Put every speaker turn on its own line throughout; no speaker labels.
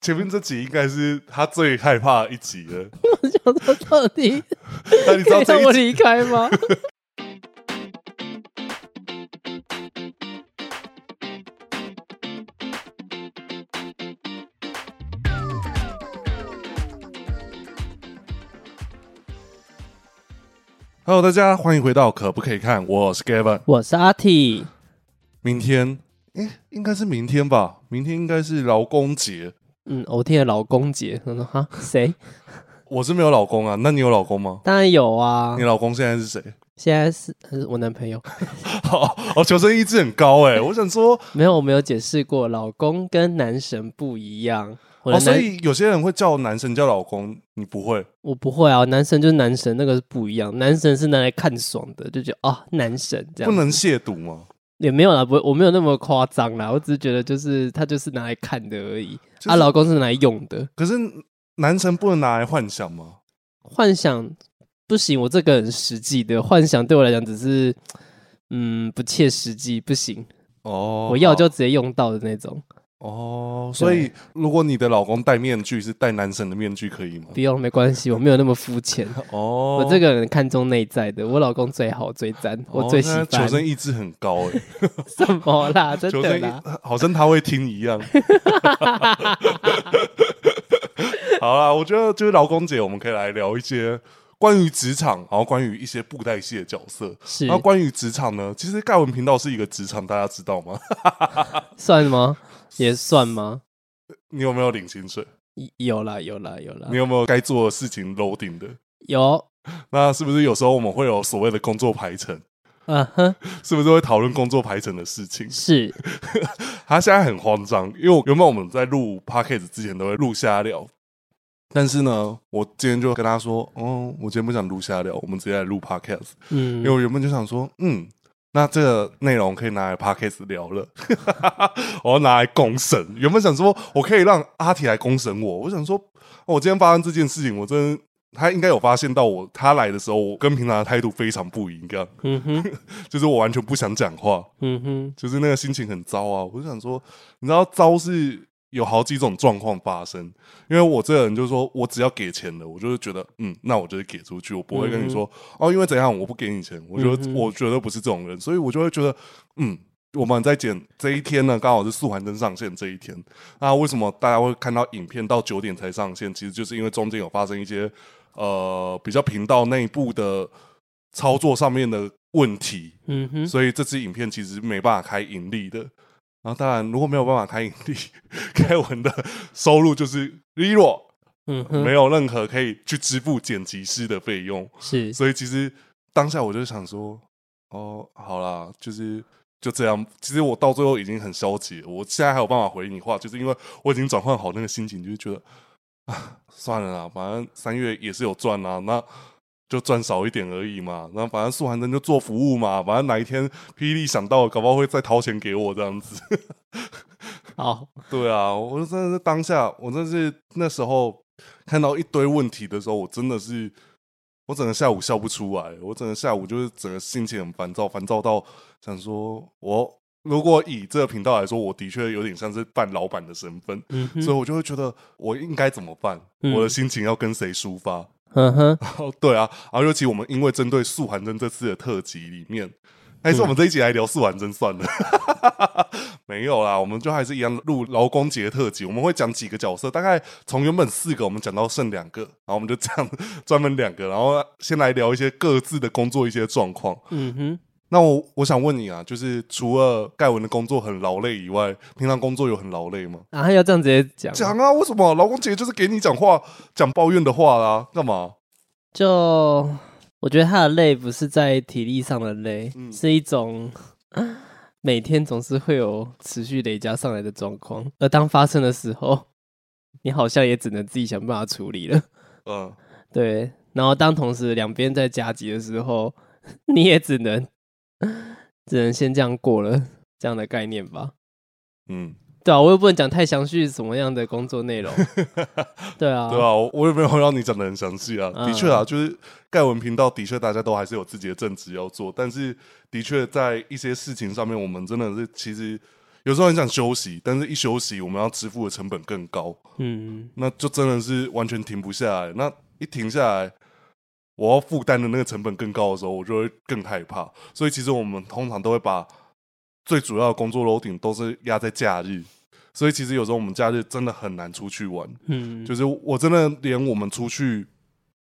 前面这集应该是他最害怕的一集了。
我 想说，到底
那你知
可
道
以让
这
我
一集
离 开吗？
？Hello，大家欢迎回到可不可以看？我是 Gavin。
我是阿 T，
明天，诶，应该是明天吧？明天应该是劳工节。
嗯，我天的老公姐，他说哈谁？
我是没有老公啊，那你有老公吗？
当然有啊
你，老公现在是谁？
现在是呃我男朋友，
好，哦，求生意志很高哎、 我想说，
没有，我没有解释过，老公跟男神不一样。我
哦，
的
所
男，
以有些人会叫男生叫老公，你不会？
我不会啊，男神就是男神，那个是不一样。男神是拿来看爽的，就觉得啊、男神这
不
样，
能亵渎吗？
也没有啦，不会，我没有那么夸张啦，我只是觉得就是他就是拿来看的而已，
就是
啊，老公是拿来用的。
可是男生不能拿来幻想吗？
幻想不行，我这个很实际的幻想对我来讲只是嗯不切实际，不行，
哦，
我要
好
就直接用到的那种，
哦，所以如果你的老公戴面具，是戴男神的面具可以吗？
不用没关系，我没有那么肤浅。
哦，
我这个人看重内在的，我老公最好最赞，
哦
我最喜
那
欢。
求生意志很高哎、
什么啦？ 真
求
的
生意
啦？
好像他会听一 样。好啦，我觉得就是劳工节，我们可以来聊一些关于职场，然后关于一些布袋戏的角色。
是
然后啊关于职场呢，其实盖文频道是一个职场，大家知道吗？
算吗？也算吗？
你有没有领薪水？
有啦有啦有啦
你，有没有该做的事情 loading 的？
有，
那是不是有时候我们会有所谓的工作排程？
嗯哼，
是不是会讨论工作排程的事情？
是
他现在很慌张，因为我原本我们在录 p o d c a s t 之前都会录瞎聊，但是呢，我今天就跟他说，哦，我今天不想录瞎聊，我们直接来录 p o d c a s t 因为
嗯，
我原本就想说，嗯，那这个内容可以拿来 p o d c a s t 聊了， 我要拿来公审。原本想说我可以让阿体来公审我，我想说，哦我今天发生这件事情，我真的。他应该有发现到我，他来的时候，我跟平常的态度非常不一样，
嗯哼，
就是我完全不想讲话，
嗯哼，
就是那个心情很糟啊。我就想说，你知道糟是有好几种状况发生，因为我这个人就是说我只要给钱了，我就是觉得嗯，那我就是给出去，我不会跟你说、哦，因为怎样我不给你钱，我觉得、
嗯嗯哼
我绝对不是这种人，所以我就会觉得嗯。我们在剪这一天呢，刚好是素还真上线这一天。那为什么大家会看到影片到九点才上线？其实就是因为中间有发生一些呃比较频道内部的操作上面的问题，
嗯哼，
所以这支影片其实没办法开盈利的。然后当然，如果没有办法开盈利，凯文的收入就是 zero，
嗯哼，
没有任何可以去支付剪辑师的费用。
是
所以其实当下我就想说，哦，好啦，就是就这样。其实我到最后已经很消极了，我现在还有办法回你话，就是因为我已经转换好那个心情，就是觉得啊，算了啦，反正三月也是有赚啦，那。就赚少一点而已嘛，然后反正素寒真就做服务嘛，反正哪一天霹雳想到，搞不好会再掏钱给我这样子。
好，
对啊，我真的是当下，我真的是那时候看到一堆问题的时候，我真的是，我整个下午笑不出来，我整个下午就是整个心情很烦躁，烦躁到想说，我如果以这个频道来说，我的确有点像是扮老板的身份，
嗯
所以
哼，
我就会觉得我应该怎么办，
嗯
我的心情要跟谁抒发。
嗯哼，
哦，对啊，然后尤其我们因为针对素还真这次的特辑里面，还是我们这一集来聊素还真算了。 没有啦，我们就还是一样录劳工节特辑，我们会讲几个角色，大概从原本四个我们讲到剩两个，然后我们就这样专门两个，然后先来聊一些各自的工作一些状况。
嗯哼，
那我我想问你啊，就是除了盖文的工作很劳累以外，平常工作有很劳累吗？
然后啊要这样直接讲，
讲啊，为什么劳工节就是给你讲话、讲抱怨的话啦？干嘛？
就我觉得他的累不是在体力上的累，
嗯
是一种每天总是会有持续累加上来的状况，而当发生的时候，你好像也只能自己想办法处理了。
嗯，
对，然后当同时两边在夹击的时候，你也只能只能先这样过了，这样的概念吧。
嗯。
对啊，我又不能讲太详细什么样的工 作内容。对啊，
对啊，我我也没有让你讲的很详细啊。
嗯
的确啊，就是盖文频道的确大家都还是有自己的正职要做，但是的确在一些事情上面，我们真的是其实有时候很想休息，但是一休息，我们要支付的成本更高，
嗯，
那就真的是完全停不下来。那一停下来，我要负担的那个成本更高的时候，我就会更害怕。所以其实我们通常都会把最主要的工作楼顶都是压在假日，所以其实有时候我们假日真的很难出去玩。
嗯，
就是我真的连我们出去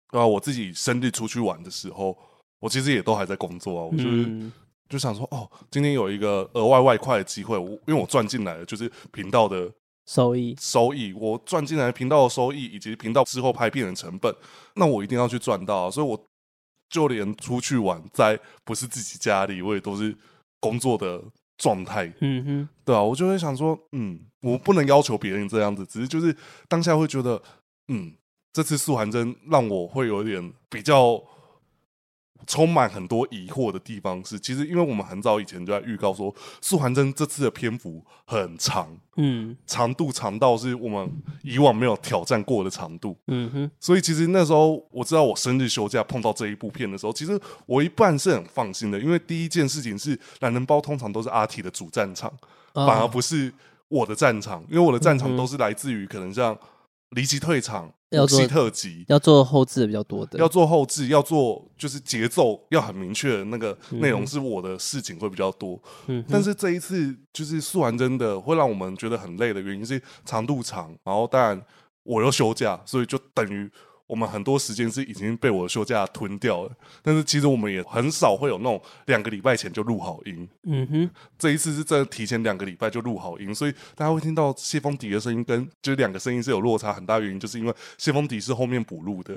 啊，我自己生日出去玩的时候，我其实也都还在工作啊。我就是、
嗯
就想说，哦，今天有一个额外外快的机会，我因为我赚进来的就是频道的
收益，
收益，我赚进来频道的收益以及频道之后拍片的成本，那我一定要去赚到、啊。所以我就连出去玩，在不是自己家里，我也都是工作的状态
嗯哼，
对啊，我就会想说，嗯，我不能要求别人这样子，只是就是当下会觉得，嗯，这次素涵真让我会有点比较充满很多疑惑的地方是，其实因为我们很早以前就在预告说，素涵真这次的篇幅很长，
嗯
长度长到是我们以往没有挑战过的长度，
嗯哼，
所以其实那时候我知道我生日休假碰到这一部片的时候，其实我一半是很放心的，因为第一件事情是懒人包通常都是阿 T 的主战场。
啊
反而不是我的战场，因为我的战
嗯
场
哼
都是来自于可能像离奇退场、
要
武
做
器特辑，
要做后置的比较多的，
要做后置，要做就是节奏要很明确的那个内容是我的事情会比较多。
嗯哼，
但是这一次就是素完真的会让我们觉得很累的原因是长度长，然后当然我又休假，所以就等于。我们很多时间是已经被我的休假吞掉了，但是其实我们也很少会有那种两个礼拜前就录好音，
嗯哼，
这一次是真的提前两个礼拜就录好音，所以大家会听到谢风迪的声音跟就是两个声音是有落差很大，原因就是因为谢风迪是后面补录的，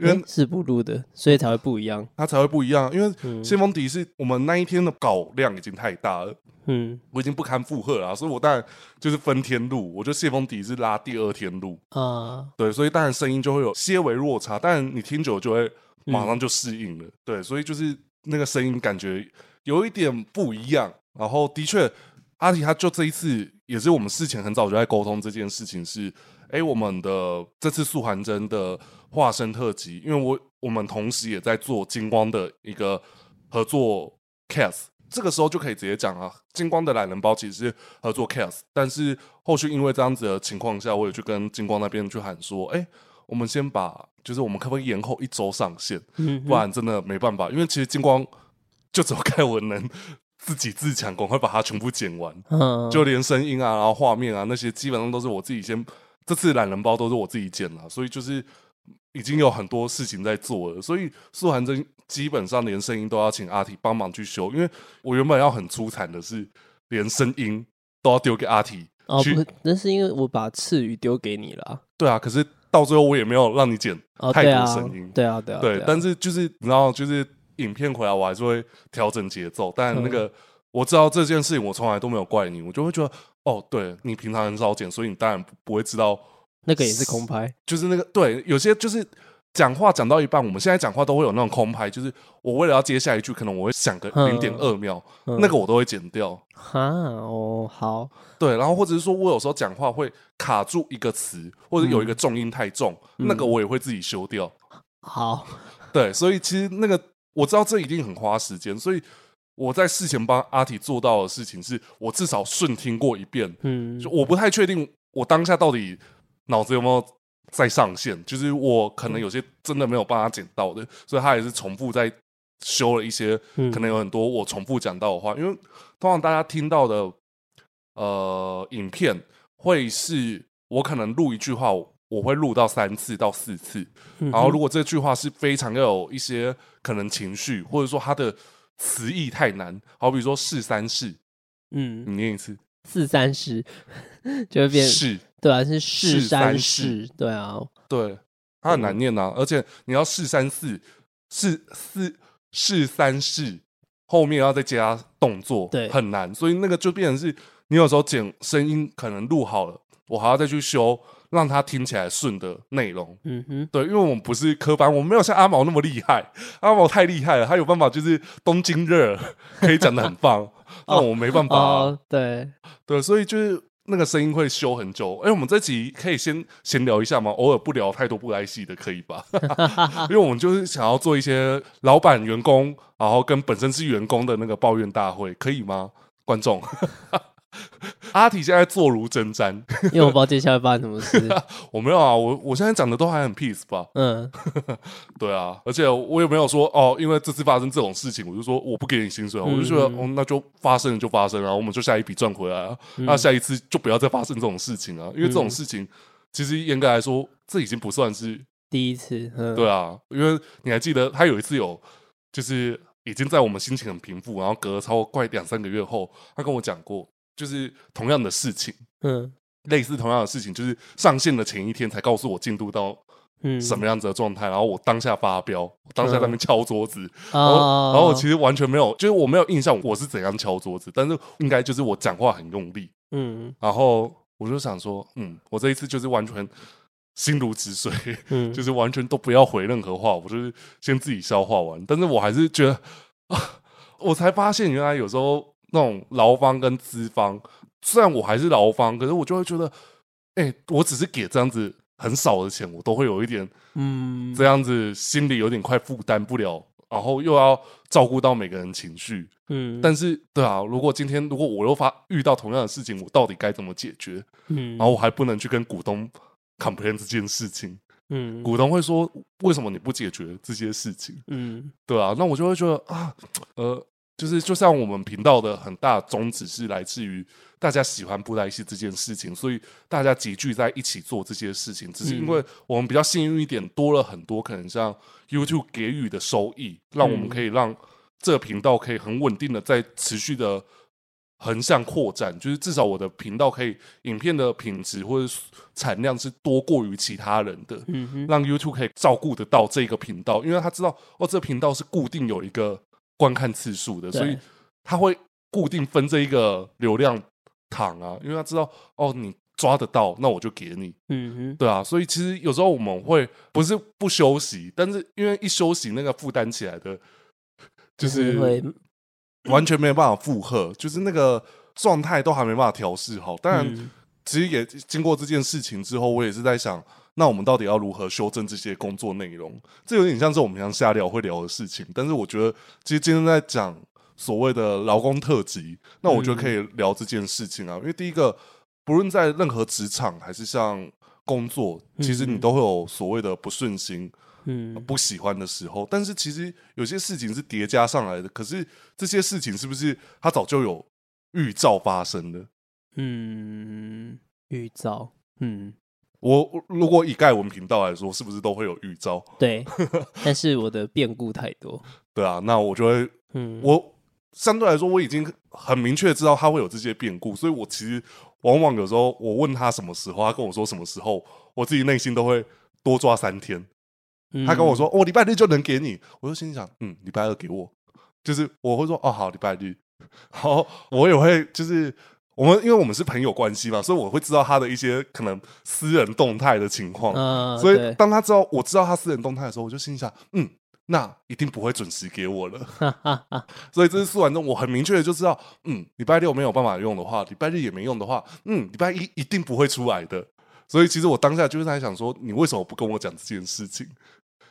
因为
诶是不录的，所以才会不一样，
他才会不一样。因
嗯
为谢风迪是我们那一天的稿量已经太大了，
嗯
我已经不堪负荷了啊、所以我当然就是分天录，我觉得谢风迪是拉第二天录，
啊，
对，所以当然声音就会有些微落差，但你听久就会马上就适应了。对，所以就是那个声音感觉有一点不一样。然后的确，阿提他就这一次也是我们事前很早就在沟通这件事情是，哎，我们的这次素涵真的化身特辑，因为我我们同时也在做金光的一个合作 cast。这个时候就可以直接讲啊，金光的懒人包其实是合作 cast，但是后续因为这样子的情况下，我也去跟金光那边去喊说，哎，我们先把就是我们可不可以延后一周上线？
嗯
不
哼，
然真的没办法，因为其实金光就只有盖文能自己自强，赶快把它全部剪完，
嗯，
就连声音啊，然后画面啊那些，基本上都是我自己先。这次懒人包都是我自己剪了，所以就是已经有很多事情在做了，所以素涵真基本上连声音都要请阿体帮忙去修，因为我原本要很出彩的是连声音都要丢给阿体
哦
去
不，那是因为我把赤鱼丢给你了啊，
对啊，可是到最后我也没有让你剪
哦，
太
对
多
啊
声音，
对啊，对啊，
对
啊，
但是就是你知道，就是影片回来我还是会调整节奏，但那个、
嗯
我知道这件事情我从来都没有怪你，我就会觉得哦，对你平常很少剪，所以你当然不不会知道，
那个也是空拍，
就是那个对有些就是。讲话讲到一半，我们现在讲话都会有那种空拍，就是我为了要接下一句，可能我会想个
嗯
零点二秒，
嗯
那个我都会剪掉。
哈哦，好，
对，然后或者是说我有时候讲话会卡住一个词，或者有一个重音太重，
嗯
那个我也会自己修掉。
好，
对，所以其实那个我知道这一定很花时间，所以我在事前帮阿体做到的事情是，我至少顺听过一遍。
嗯
就我不太确定我当下到底脑子有没有在上线，就是我可
嗯
能有些真的没有帮他剪到的，所以他也是重复在修了一些，
嗯
可能有很多我重复讲到的话，因为通常大家听到的呃影片会是我可能录一句话，我我会录到三次到四次，
嗯
然后
哼
如果这句话是非常要有一些可能情绪，或者说它的词义太难，好比说是三是，
嗯
你念一次，
四三十 就会变，
是，
对啊，是四
四三
三
十
十，对啊，
对，它很难念呐、而且你要是三四，是四是三是，后面要再加动作，
对
很难，所以那个就变成是你有时候剪声音可能录好了，我还要再去修，让它听起来顺的内容，
嗯哼，
对，因为我们不是科班，我们没有像阿毛那么厉害。阿毛太厉害了，他有办法就是东京热可以讲的很 棒，但我没办法啊、
哦，对，
对，所以就是那个声音会修很久。哎，我们这集可以先闲聊一下吗？偶尔不聊太多不来戏的，可以吧？ 因为我们就是想要做一些老板、员工，然后跟本身是员工的那个抱怨大会，可以吗？观众， 阿体现在坐如针毡，
因为我不知道接下来发生什么事。
我没有啊，我我现在讲的都还很 peace 吧？
嗯，
对啊，而且我也没有说哦，因为这次发生这种事情，我就说我不给你薪水啊，我就觉得
嗯
哦，那就发生了就发生啊，我们就下一笔赚回来啊，那下一次就不要再发生这种事情啊，因为这种
嗯
事情其实严格来说，这已经不算是
第一次，嗯，
对啊，因为你还记得他有一次有，就是已经在我们心情很平复，然后隔了超过快两三个月后，他跟我讲过，就是同样的事情，
嗯
类似同样的事情，就是上线的前一天才告诉我进度到
嗯，
什么样子的状态，然后我当下发飙，我当下在那边敲桌子，
啊？
然后然后我其实完全没有，就是我没有印象我是怎样敲桌子，但是应该就是我讲话很用力，
嗯
然后我就想说，嗯，我这一次就是完全心如止水。
嗯，
就是完全都不要回任何话，我就是先自己消化完。但是我还是觉得，啊，我才发现原来有时候那种劳方跟资方，虽然我还是劳方，可是我就会觉得，哎、我只是给这样子很少的钱，我都会有一点
嗯
这样子心里有点快负担不了，然后又要照顾到每个人情绪。
嗯，
但是，对啊，如果今天如果我又发遇到同样的事情，我到底该怎么解决？
嗯
然后我还不能去跟股东 complain 这件事情。
嗯
股东会说：“为什么你不解决这些事情
嗯？”
对啊，那我就会觉得啊，呃，就是就像我们频道的很大宗旨是来自于大家喜欢布袋戏这件事情，所以大家集聚在一起做这些事情。只是因为我们比较幸运一点，多了很多可能像 YouTube 给予的收益，让我们
嗯
可以让这个频道可以很稳定的在持续的。横向扩展，就是至少我的频道可以影片的品质或者产量是多过于其他人的，
嗯哼
让 YouTube 可以照顾得到这个频道，因为他知道哦，这个频道是固定有一个观看次数的，
对
所以他会固定分这一个流量糖啊，因为他知道哦，你抓得到，那我就给你，
嗯哼，
对啊，所以其实有时候我们会不是不休息，但是因为一休息，那个负担起来的，就是
会
完全没有办法负荷，就是那个状态都还没办法调试好，当然。
嗯
其实也经过这件事情之后，我也是在想，那我们到底要如何修正这些工作内容？这有点像是我们平常下聊会聊的事情，但是我觉得，其实今天在讲所谓的劳工特辑，那我觉得可以聊这件事情啊，因为第一个，不论在任何职场还是像工作，其实你都会有所谓的不顺心、
嗯
不喜欢的时候，但是其实有些事情是叠加上来的，可是这些事情是不是它早就有预兆发生的？
嗯预兆，嗯
我我如果以盖文频道来说，是不是都会有预兆？
对，但是我的变故太多，
对啊，那我就会，
嗯
我相对来说我已经很明确知道他会有这些变故，所以我其实往往有时候我问他什么时候，他跟我说什么时候，我自己内心都会多抓三天。
嗯
他跟我说，我、哦、礼拜日就能给你，我就心里想，嗯，礼拜二给我，就是我会说，哦，好，礼拜日，然后我也会就是。我们因为我们是朋友关系嘛，所以我会知道他的一些可能私人动态的情况。
嗯，啊
所以
对
当他知道我知道他私人动态的时候，我就心想，嗯，那一定不会准时给我了。
哈哈 哈，
所以这次试完之后，我很明确的就知道，嗯，礼拜六没有办法用的话，礼拜日也没用的话，嗯，礼拜一一定不会出来的。所以其实我当下就是在想说，你为什么不跟我讲这件事情？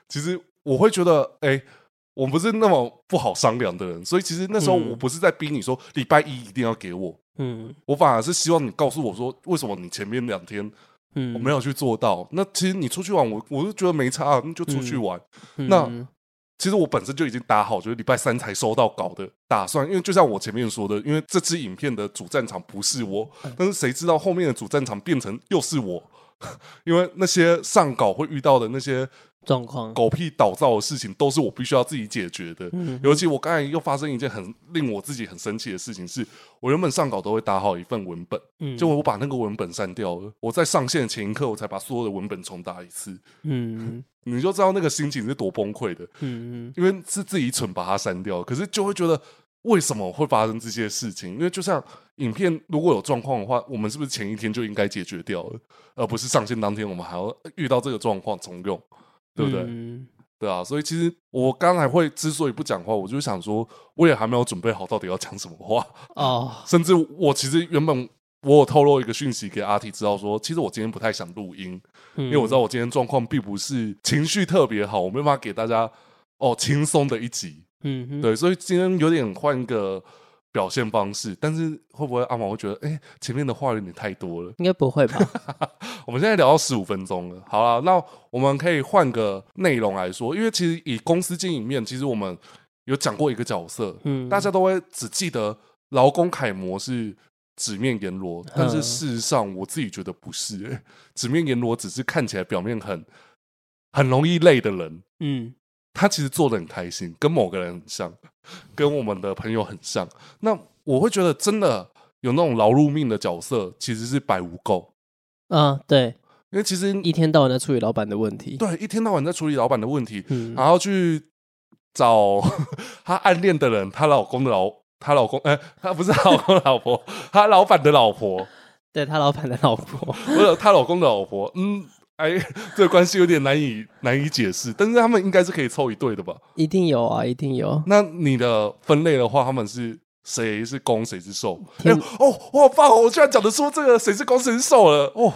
其实我会觉得，哎、我不是那么不好商量的人，所以其实那时候
嗯
我不是在逼你说礼拜一一定要给我，
嗯
我反而是希望你告诉我说，为什么你前面两天
嗯，
我没有去做到。那其实你出去玩，我我就觉得没差、啊，那就出去玩。
嗯
那其实我本身就已经打好，就是礼拜三才收到稿的打算。因为就像我前面说的，因为这支影片的主战场不是我，
嗯
但是谁知道后面的主战场变成又是我？ 因为那些上稿会遇到的那些
状况，
狗屁倒灶的事情，都是我必须要自己解决的。
嗯
尤其我刚才又发生一件很令我自己很生气的事情是，我原本上稿都会打好一份文本，
嗯
结果我把那个文本删掉了。我在上线的前一刻，我才把所有的文本重打一次，
嗯
你就知道那个心情是多崩溃的，
嗯嗯
因为是自己蠢把它删掉，可是就会觉得为什么会发生这些事情？因为就像影片如果有状况的话，我们是不是前一天就应该解决掉了，而不是上线当天我们还要遇到这个状况重用，对不对？
嗯
对啊，所以其实我刚才会之所以不讲话，我就想说，我也还没有准备好到底要讲什么话。
哦，
甚至我其实原本我有透露一个讯息给阿 T 知道说，其实我今天不太想录音，
因
因为我知道我今天状况并不是情绪特别好，我没办法给大家哦轻松的一集。
嗯哼
对，所以今天有点换一个表现方式，但是会不会阿毛会觉得，哎、前面的话有点太多了？
应该 不会吧？
我们现在聊到十五分钟了，好了，那我们可以换个内容来说，因为其实以公司经营面，其实我们有讲过一个角色，
嗯，
大家都会只记得劳工楷模是纸面阎罗，但是事实上我自己觉得不是、 欸，纸面阎罗只是看起来表面很很容易累的人，
嗯
他其实做的很开心，跟某个人很像，跟我们的朋友很像。那我会觉得真的有那种劳碌命的角色，其实是百无垢，
啊，对，
因为其实
一天到晚在处理老板的问题，
对啊一天到晚在处理老板的问题，
嗯
然后去找 她暗恋的人，她老公的老，她老公，哎、她不是 她老公的老婆，她老板的老婆，
对他老板的老婆，
不是她老公的老婆，嗯，哎， 这个关系有点难以难以解释，但是他们应该是可以凑一对的吧？
一定有啊，一定有。
那你的分类的话，他们是谁是攻，谁是受？哎、
天
哦，我好棒哦！我居然讲得出这个谁是攻，谁是受了哦。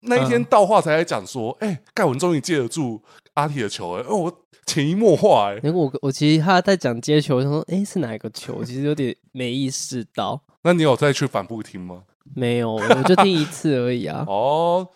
那一天
嗯
到话才来讲说，哎、盖文终于接得住阿铁的球、哎，哦，我潜移默化、哎，
如果我我其实他在讲接球，我想说诶是哪一个球，其实有点没意识到，
那你有再去反复听吗？。
没有，我就听一次而已啊
哦，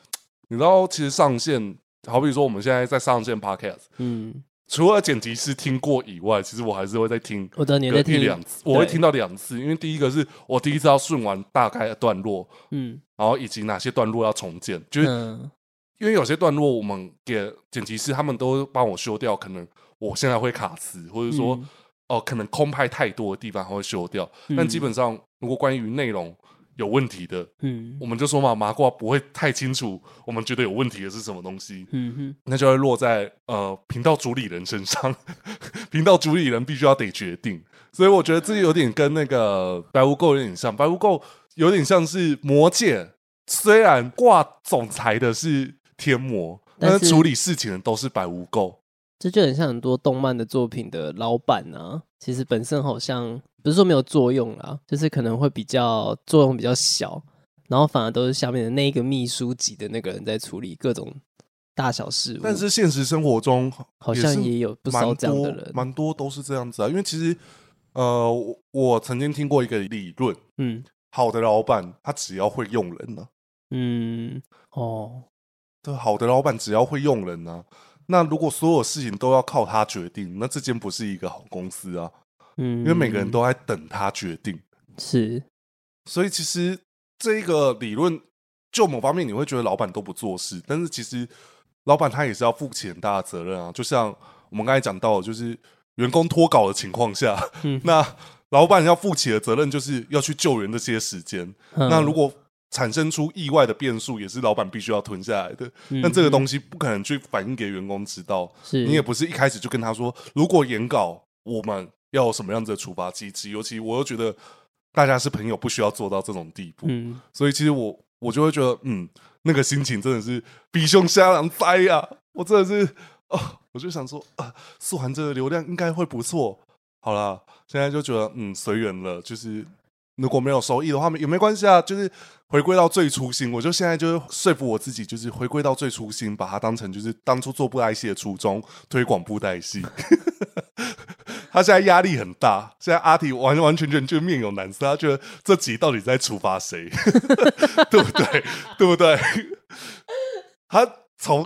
你知道，其实上线，好比说我们现在在上线 podcast，
嗯，
除了剪辑师听过以外，其实我还是会再听
我知道你
个
在
一
听
两次，我会
对
听到两次，因为第一个是我第一次要顺完大概的段落，
嗯
然后以及哪些段落要重建，就是
嗯
因为有些段落我们给剪辑师他们都帮我修掉，可能我现在会卡词，或者说
嗯
哦、可能空拍太多的地方他会修掉，但
嗯
基本上如果关于内容有问题的，
嗯
我们就说嘛，麻瓜不会太清楚我们觉得有问题的是什么东西，
嗯哼，
那就会落在呃频道主理人身上， 频道主理人必须要得决定。所以我觉得这有点跟那个白无垢有点像，白无垢有点像是魔界，虽然挂总裁的是天魔，
但
但
是
是处理事情的都是白无垢。
这就很像很多动漫的作品的老板啊，其实本身好像不是说没有作用啦，就是可能会比较作用比较小，然后反而都是下面的那一个秘书级的那个人在处理各种大小事务，
但是现实生活中
嗯好像
是
也有不
蛮
少
多
这样的人，
蛮多都是这样子啊。因为其实呃，我我曾经听过一个理论，
嗯
好的老板他只要会用人呢、
嗯哦，
对，好的老板只要会用人呢、那如果所有事情都要靠他决定，那这间不是一个好公司啊，
嗯，
因为每个人都在等他决定。
是
所以其实这个理论，就某方面你会觉得老板都不做事，但是其实老板他也是要负起很大的责任啊。就像我们刚才讲到的，就是员工脱稿的情况下，
嗯
那老板要负起的责任就是要去救援这些时间。
嗯
那如果产生出意外的变数，也是老板必须要吞下来的。那
那
这个东西不可能去反映给员工知道，
嗯是
你也不是一开始就跟他说，如果演稿，我们要有什么样子的处罚机制？尤其我又觉得大家是朋友，不需要做到这种地步，
嗯
所以其实我我就会觉得，嗯，那个心情真的是比熊瞎狼灾呀、我真的是哦，我就想说啊，素涵这个流量应该会不错，好啦，现在就觉得嗯随缘了，就是如果没有收益的话也没关系啊，就是回归到最初心。我就现在就是说服我自己，就是回归到最初心，把它当成就是当初做布袋戏的初衷，推广布袋戏。 他现在压力很大，现在阿提完完全全就面有难色，他觉得这集到底在处罚谁， 对不对？对不对？ 他从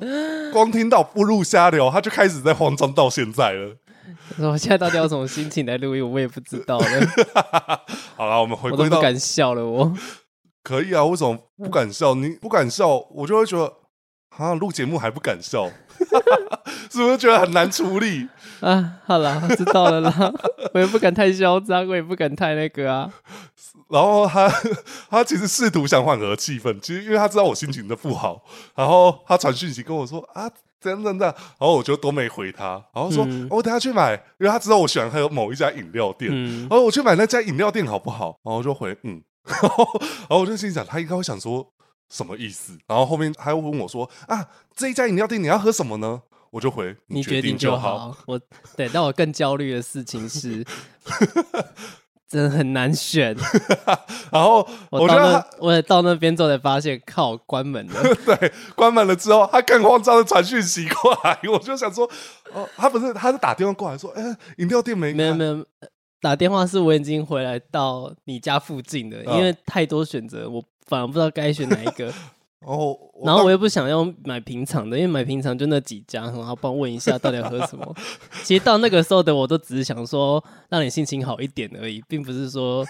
光听到不入瞎聊，他就开始在慌张到现在了。
我现在到底要什么心情来录音，我也不知道了，
好了，我们回
我都
归到
不敢笑了，我
可以啊，为什么不敢笑？你不敢笑，我就会觉得啊，录节目还不敢笑， 是不是觉得很难处理？
啊，好啦，知道了啦， 我也不敢太嚣张，我也不敢太那个啊，
然后他他其实试图想缓和气氛，其实因为他知道我心情的不好，然后他传讯息跟我说啊。怎样怎样，怎样然后我就都没回他，然后说、
嗯
哦我等下去买，因为他知道我喜欢喝某一家饮料店，
嗯
然哦后我去买那家饮料店好不好？然后我就回嗯， 然后然后我就心想他应该会想说什么意思，然后后面还会问我说啊这一家饮料店你要喝什么呢？我就回
你
决
决定
就
就。好。我对，但我更焦虑的事 情是，真的很难选。
然后
我
我
到
觉得
那我也到那边之后才发现，靠，关门了。
他 对啊关门了之后，他更慌张的传讯息 过来，我就想说哦，他不是他是打电话过来说，哎、饮料店没
没有
开
没有，呃打电话是我已经回来到你家附近的，
嗯
因为太多选择，我反而不知道该选哪一 个。
然后
然后我又不想要买平常的，因为买平常就那几家，然后帮我问一下到底要喝 什么。其实到那个时候的我都只是想说让你心情好一点而已，并不 是说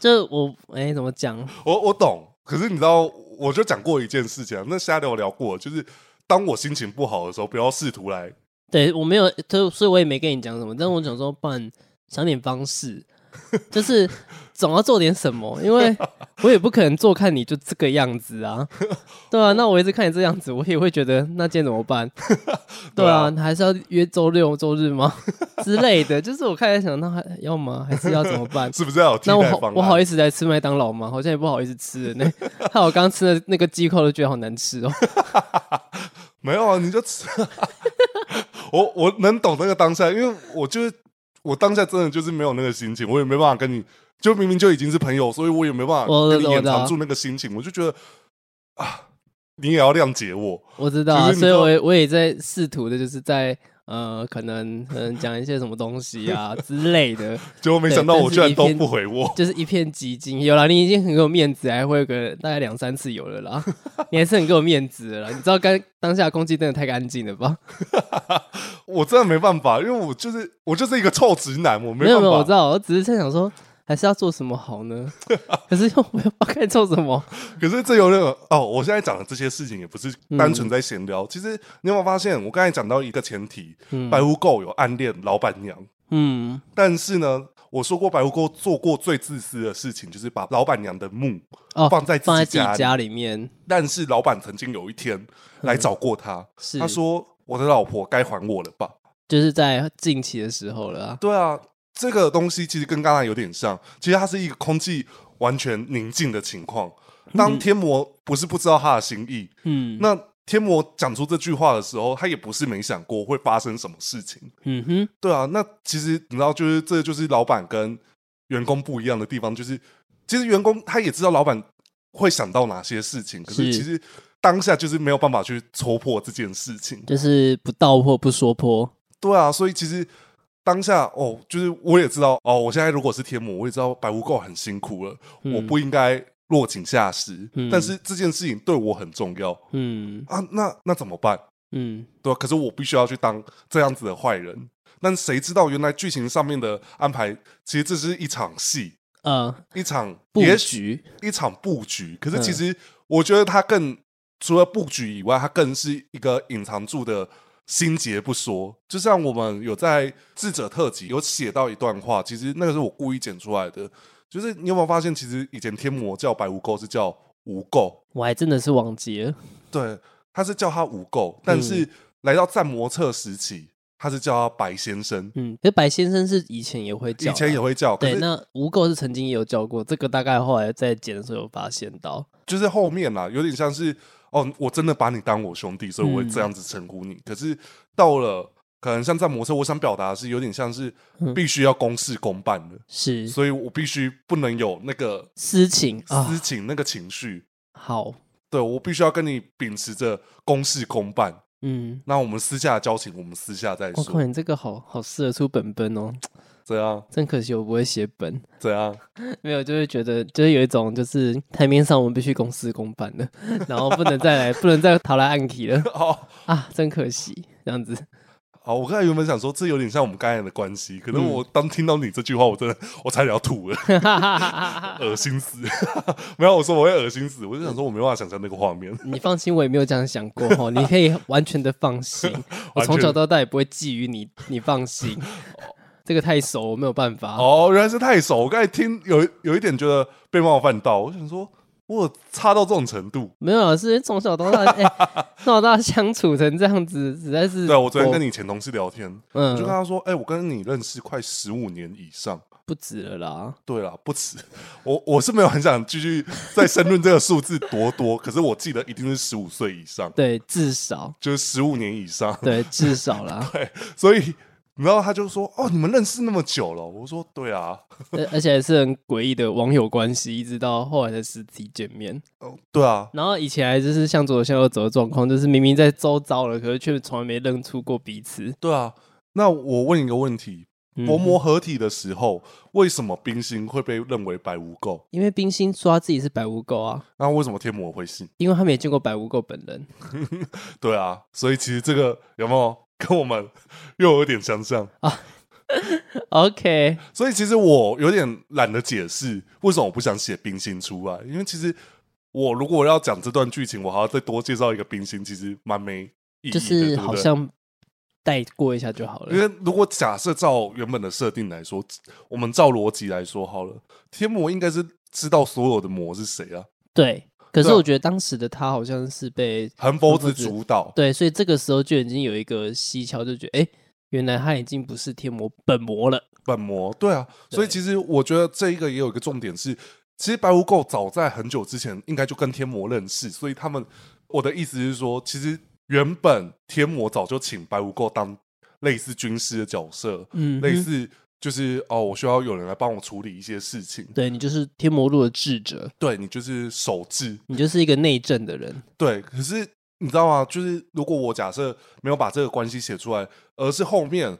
就我哎、怎么讲？
我我懂，可是你知道，我就讲过一件事情、啊，那瞎聊聊过，就是当我心情不好的时候，不要试图来，？
对我没有，就所以我也没跟你讲什么，但我想说，不然想点方式，就是总要做点什么，因为我也不可能坐看你就这个样子啊，对啊，那我一直看你这样子，我也会觉得那今天怎么办？对啊，还是要约周六、周日吗之类的？就是我开始想，那还要吗？还是要怎么办
是不是要有替
那我
代
好
方，
我好
案？
意思来吃麦当劳吗？好像也不好意思吃了呢。 害我刚刚吃的那个鸡块都觉得好难吃哦。
没有啊，你就吃。 我我能懂那个当下，因为我就是我当下真的就是没有那个心情，我也没办法跟你，就明明就已经是朋友，所以我也没办
我
法跟你
我
掩
知道
藏住那个心情，我就觉得啊，你也要谅解我。
我知道、啊，
就是你知
所以
道
我也我也在试图的，就是在呃，可能可能讲一些什么东西 啊之类的，
结果没想到
对
我居然
但
都
是一篇
不回我，
就是一片寂静。有啦，你已经很给我面子，还会有个大概两三次有了 啦，你还是很给我面子了啦。你知道刚当下空气真的太干净了吧？
我真的没办法，因为我就是我就是一个臭直男，我没
没
办
有没有，我知
法。
道，我只是在想说，还是要做什么 好呢？可是又不知道该做什么。
可是这有那个哦，我现在讲的这些事情也不是单
嗯
纯在闲聊，其实你有没有发现，我刚才讲到一个前提，
嗯
白污垢有暗恋老板娘，
嗯，
但是呢，我说过白污垢做过最自私的事情，就是把老板娘的墓
哦，
放在自
放在
己
自
家
己
里，
家里面
但是老板曾经有一天来找过他，
嗯是，
他说：“我的老婆该还我了吧？”
就是在近期的时候了啊。
对啊，这个东西其实跟刚才有点像，其实它是一个空气完全宁静的情况。当天魔不是不知道他的心意，
嗯，
那天魔讲出这句话的时候，他也不是没想过会发生什么事情。
嗯哼，
对啊，那其实你知道，就是这就是老板跟员工不一样的地方，就是其实员工他也知道老板会想到哪些事情，可是
是
其实当下就是没有办法去戳破这件事情。
就是不道破不说破。
对啊，所以其实当下哦，就是我也知道哦，我现在如果是天魔，我也知道白无垢很辛苦了，
嗯
我不应该落井下石，
嗯
但是这件事情对我很重要
嗯
啊，那那怎么办？
嗯，
对、啊，可是我必须要去当这样子的坏人。但谁知道，原来剧情上面的安排，其实这是一场戏，
呃，
一场
布
也许
局，
一场布局。可是
嗯
其实我觉得它更除了布局以外，它更是一个隐藏住的心结不说。就像我们有在智者特辑有写到一段话，其实那个是我故意剪出来的。就是你有没有发现，其实以前天魔叫白无垢是叫无垢，
我还真的是忘记了。
对，他是叫他无垢，但
嗯
是来到战魔策时期，他是叫他白先生，
嗯，可是白先生是以前也会叫
以
啦，
前也会叫，可
对。
是
那吴垢是曾经也有叫过，这个大概后来在剪的时候有发现到。
就是后面啦，有点像是哦，我真的把你当我兄
嗯
弟，所以我会这样子称呼你。可是到了可能像战魔策，我想表达的是有点像是
嗯
必须要公事公办的，
是
所以我必须不能有那个
私情啊
私，情、那个情绪。
好，
对我必须要跟你秉持着公事公办，
嗯，
那我们私下的交情，我们私下再
我靠，
说。
你这个好好适合出本本哦，
怎样？
真可惜我不会写本，
怎样？
没有就会觉得就是有一种就是台面上我们必须公事公办的， 然后不能再来不能再逃来暗题了
哦，
啊，真可惜这样子。
好，哦我刚才原本想说，这有点像我们刚才的关系，可能
嗯
我当听到你这句话，我真的我差点要吐了，恶心死！ 没有，我说我会恶心死，我就想说我没办法想象那个画面。
你放心，我也没有这样想过哦，你可以完全的放 心，我从小到大也不会觊觎你， 你放心。这个太熟，我没有办法。
哦，原来是太熟，我刚才听有有一点觉得被冒犯到，我想说我有差到这种程度。
没有啊，是从小到 大，哎、从小到大相处成这样子，实在是。
对啊，我昨天跟你前同事聊天，我就跟
嗯，
他说，哎、我跟你认识快十五年以上。
不止了啦。
对啦，不止，我我是没有很想继续再深论这个数字多多，可是我记得一定是十五岁以上，
对，至少，
就是十五年以上。
对，至 少啦。
所以你知道他就说：“哦，你们认识那么久了。”我说：“对啊，
而而且还是很诡异的网友关系，一直到后来的实体见面。
哦，对啊，
然后以前还就是向左向右走的状况，就是明明在周遭了，可是却从来没认出过彼此。
对啊。”那我问一个问题：
嗯
薄膜合体的时候，为什么冰心会被认为白无垢？
因为冰心说他自己是白无垢啊，
那为什么天魔会信？
因为他没见过白无垢本人。
对啊，所以其实这个有没有 跟我们又有点相像？
OK，
所以其实我有点懒得解释为什么我不想写冰心出来，因为其实我如果要讲这段剧情，我还要再多介绍一个冰心，其实蛮没意义的，
就是
对不
好
对
像带过一下就好
因
了。
为如果假设照原本的设定来说，我们照逻辑来说好了，天魔应该是知道所有的魔是谁啊，
对，
对
可是
啊
我觉得当时的他好像是被
横佛子
横佛子
主导，
对，所以这个时候就已经有一个蹊跷，就觉得哎、诶原来他已经不是天魔本魔了。
本魔，对啊，
对
所以其实我觉得这一个也有一个重点是，其实白无垢早在很久之前应该就跟天魔认识，所以他们，我的意思是说，其实原本天魔早就请白无垢当类似军师的角色，
嗯
类
哼
似就是哦，我需要有人来帮我处理一些事情，
对你就是天魔路的智者，
对你就是守制，
你就是一个内政的人。
对，可是你知道吗？就是如果我假设没有把这个关系写出来，而是后面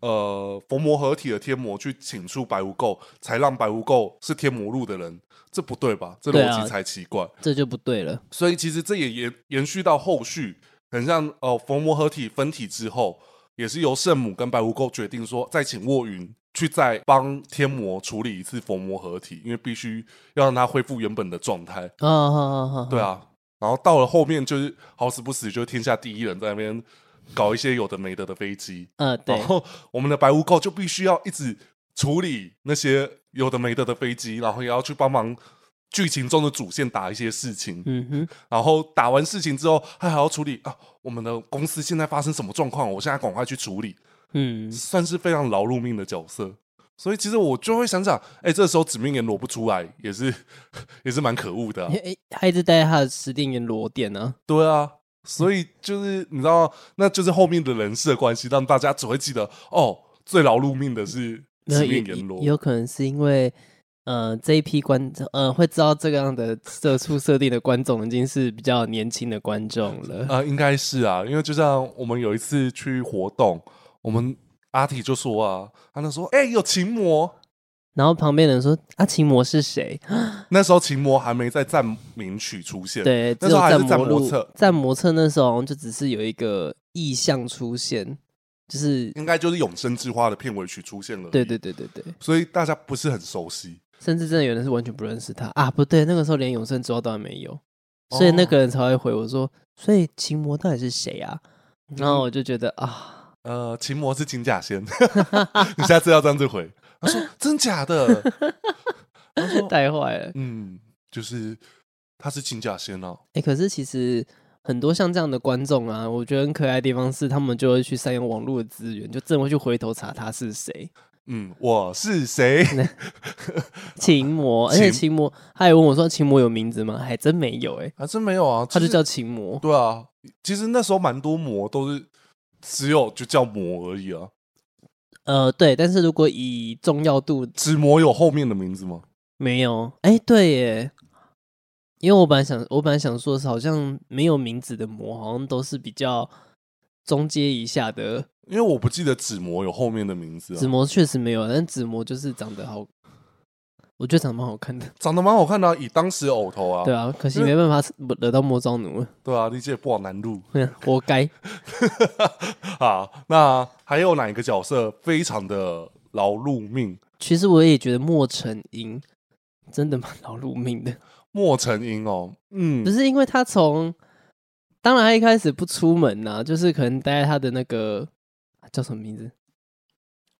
呃逢魔合体的天魔去请出白无垢，才让白无垢是天魔路的人，这不对吧？这
对啊
逻辑才奇怪。
这就不对了，
所以其实这也延延续到后续，很像呃逢魔合体分体之后，也是由圣母跟白无垢决定说，再请卧云。去再帮天魔处理一次逢魔合体，因为必须要让他恢复原本的状态。
啊哈哈哈！
对啊，然后到了后面就是好死不死就是天下第一人在那边搞一些有的没的的飞机，
呃，对
然，后我们的白无垢就必须要一直处理那些有的没的的飞机，然后也要去帮忙剧情中的主线打一些事情，
嗯哼，
然后打完事情之后，他还要处理啊，我们的公司现在发生什么状况，我现在赶快去处理，
嗯，
算是非常劳碌命的角色。所以其实我就会想想，哎、这时候指命也挪不出来，也是 也是蛮可恶的啊、
诶诶他一直待在他的十定眼罗店啊，
对啊，所以就是你知道，那就是后面的人事的关系，让大家只会记得哦，最劳碌命的是
没有
指
也
面阎罗
也。有可能是因为呃这一批观众呃会知道这个样的社畜设定的观众已经是比较年轻的观众了。
啊、应该是啊，因为就像我们有一次去活动，我们阿体就说啊，他那说，哎、有琴魔，
然后旁边的人说：“阿琴魔是谁
那时候琴魔还没在赞名曲出？”现，
对，
那
只有
时候还
战
是战
魔
魔
路
册，
战魔册那时候好像就只是有一个意象出现，就是
应该就是永生之花的片尾曲出现了，
对对，对对对，
所以大家不是很熟悉，
甚至真的有人是完全不认识他啊！不对，那个时候连永生之道都还没有，所以那
哦
个人才会回我说：“所以琴魔到底是谁啊？”
嗯
然后我就觉得啊，
呃，琴魔是金甲仙， 你下次要这样子回。他说：“真假 的？”他说：“
带坏了。
嗯，就是他是金甲仙啊，
哎、可是其实很多像这样的观众啊，我觉得很可爱的地方是，他们就会去善用网络的资源，就真的会去回头查他是谁，
嗯，我是谁？
琴魔。而且
琴
琴魔，他也问我说，琴魔有名字吗？还真没有、欸，
还真没有啊，
他
其
就
实
叫琴魔。
对啊。其实那时候蛮多魔都是只有就叫魔而已啊，
呃，对，但是如果以重要度
只魔有后面的名字吗？
没有，哎、对耶。因为我本来想，我本来想说的是，好像没有名字的魔，好像都是比较中阶以下的。
因为我不记得纸魔有后面的名字
紫
啊，
魔确实没有，但紫魔就是长得好，我觉得长得蛮好看的。
长得蛮好看的、啊，以当时偶头啊，
对
啊，
啊，可惜
因为
没办法惹到魔招奴了，
对啊，理解不好难入
活该。
啊。那还有哪一个角色非常的劳碌命？
其实我也觉得莫成英真的蛮劳碌命的，
莫成英哦，嗯
不，是因为他从，当然他一开始不出门呐、就是可能待在他的那个叫什么名字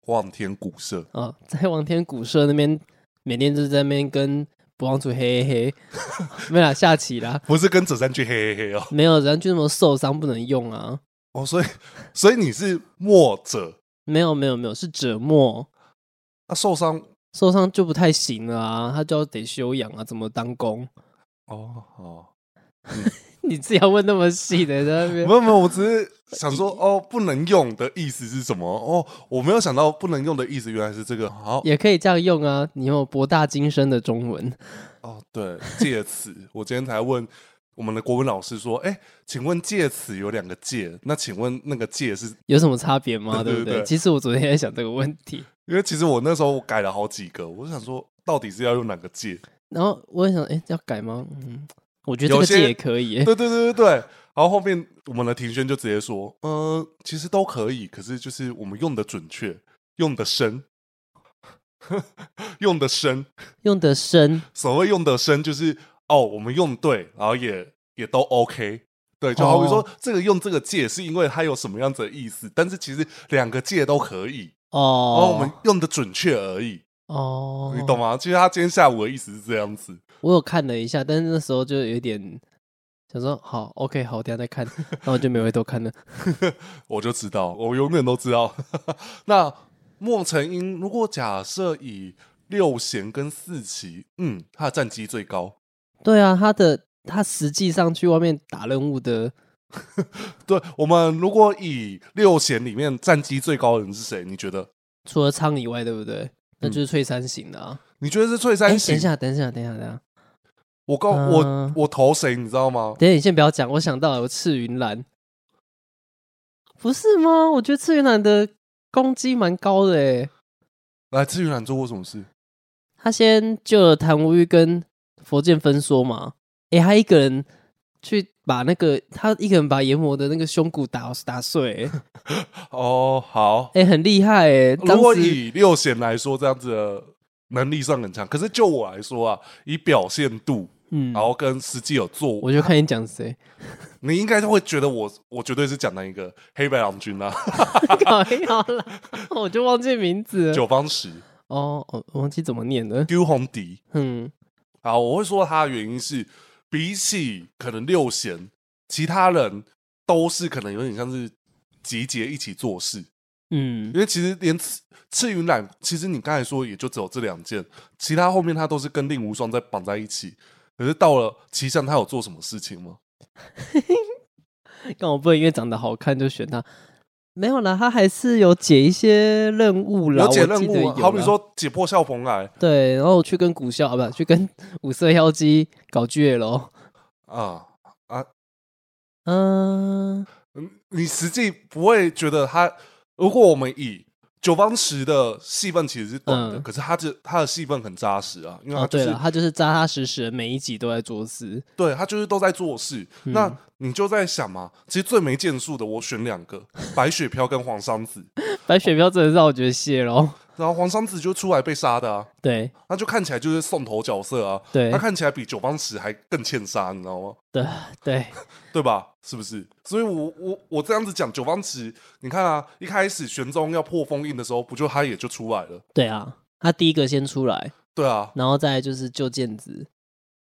望天古社，
啊、哦 在王天古社那边，每天就在那边跟不王主嘿嘿嘿， 没有啦，下棋啦，
不是跟者山去嘿嘿嘿哦，
没有，然后就那么受伤不能用啊，
哦，所以所以你是墨者，
没有没有没有，是折磨。
那受伤
受伤就不太行了啊，他就要得休养啊，怎么当工？
哦哦，
你自己要问那么细的在那边
没，有没有，我只是想说哦，不能用的意思是什么？哦，我没有想到不能用的意思原来是这个。好
也可以这样用啊。你有博大精深的中文，
哦，对，介词，我今天才问我们的国文老师说，哎，请问介词有两个介，那请问那个介是
有什么差别吗？
对
对
对
不
对
对？其实我昨天也在想这个问题，
因为其实我那时候我改了好几个，我就想说到底是要用哪个界？
然后我也想，哎、要改吗？嗯，我觉得这
有
个字
些
也可以、诶
对对对对对。然后后面我们的庭轩就直接说，呃，其实都可以，可是就是我们用的准确，用的深， 用的深。
用的深，
所谓用的深，就是哦，我们用对，然后也也都 OK。对，就好比说、
哦
这个用这个界是因为它有什么样子的意思，但是其实两个界都可以，然后我们
哦
用的准确而已，
哦，
你懂吗？其实他今天下午的意思是这样子，
我有看了一下，但是那时候就有点想说，好，OK，好，我等一下再看，然后我就没回头看了。
我就知道，我永远都知道。 那莫成英，如果假设以六弦跟四旗，嗯，他的战绩最高。
对啊，他的他实际上去外面打任务的，
对我们如果以六弦里面战绩最高的人是谁？你觉得？
除了苍以外，对不对？那就是翠山型的啊。
你觉得是嗯翠
哎、
山
等
型？
一下，等一下，等一下，等一下，
我告、
嗯
我我投谁？你知道吗？
等一下，你先不要讲，我想到了有赤云兰，不是吗？我觉得赤云兰的攻击蛮高的欸诶、
来，赤云兰做过什么事？
他先救了谭无欲跟佛剑分说嘛，诶、他一个人去把那个他一个人把炎魔的那个胸骨打打碎、诶
哦，好。
诶很厉害诶、
如
当
果
时
以六弦来说，这样子的能力上很强。可是就我来说啊，以表现度，
嗯，
然后跟实际有做，
我就看你讲谁，
你应该就会觉得我，我绝对是讲那一个黑白郎君 啊，
搞笑啦，我就忘记名字了。
九方石、
哦，哦我忘记怎么念了。
丢红迪
嗯，
啊。我会说他的原因是，比起可能六弦，其他人都是可能有点像是集结一起做事，
嗯
因为其实连赤赤云染，其实你刚才说也就只有这两件，其他后面他都是跟令无双在绑在一起。可是到了七象，他有做什么事情吗？
但我不能因为长得好看就选他，没有啦，他还是有解一些任务啦，
有解
我
任
记得
务
有
啊，好比
啦
说解破笑蓬莱
对，然后我去跟古笑啊，不，去跟五色妖姬搞 GL，
啊啊，
嗯，
嗯，你实际不会觉得他，如果我们以九方池的戏份其实是短的，
嗯
可是他这他的戏份很扎实啊，因为他
哦，
就是、
对了，他就是扎扎实实的，每一集都在做事，
对他就是都在做事。
嗯
那你就在想嘛，其实最没建树的，我选两个白雪飘跟黄桑子，
白雪飘真的让我觉得谢喽，
然后黄桑子就出来被杀的啊，
对
他就看起来就是送头角色啊，
对
他看起来比九方池还更欠杀，你知道吗？
对对，
对吧？是不是？所以我我我这样子讲，九方池，你看啊，一开始玄宗要破封印的时候，不就他也就出来了。
对啊，他第一个先出来，
对啊，
然后再来就是旧剑子，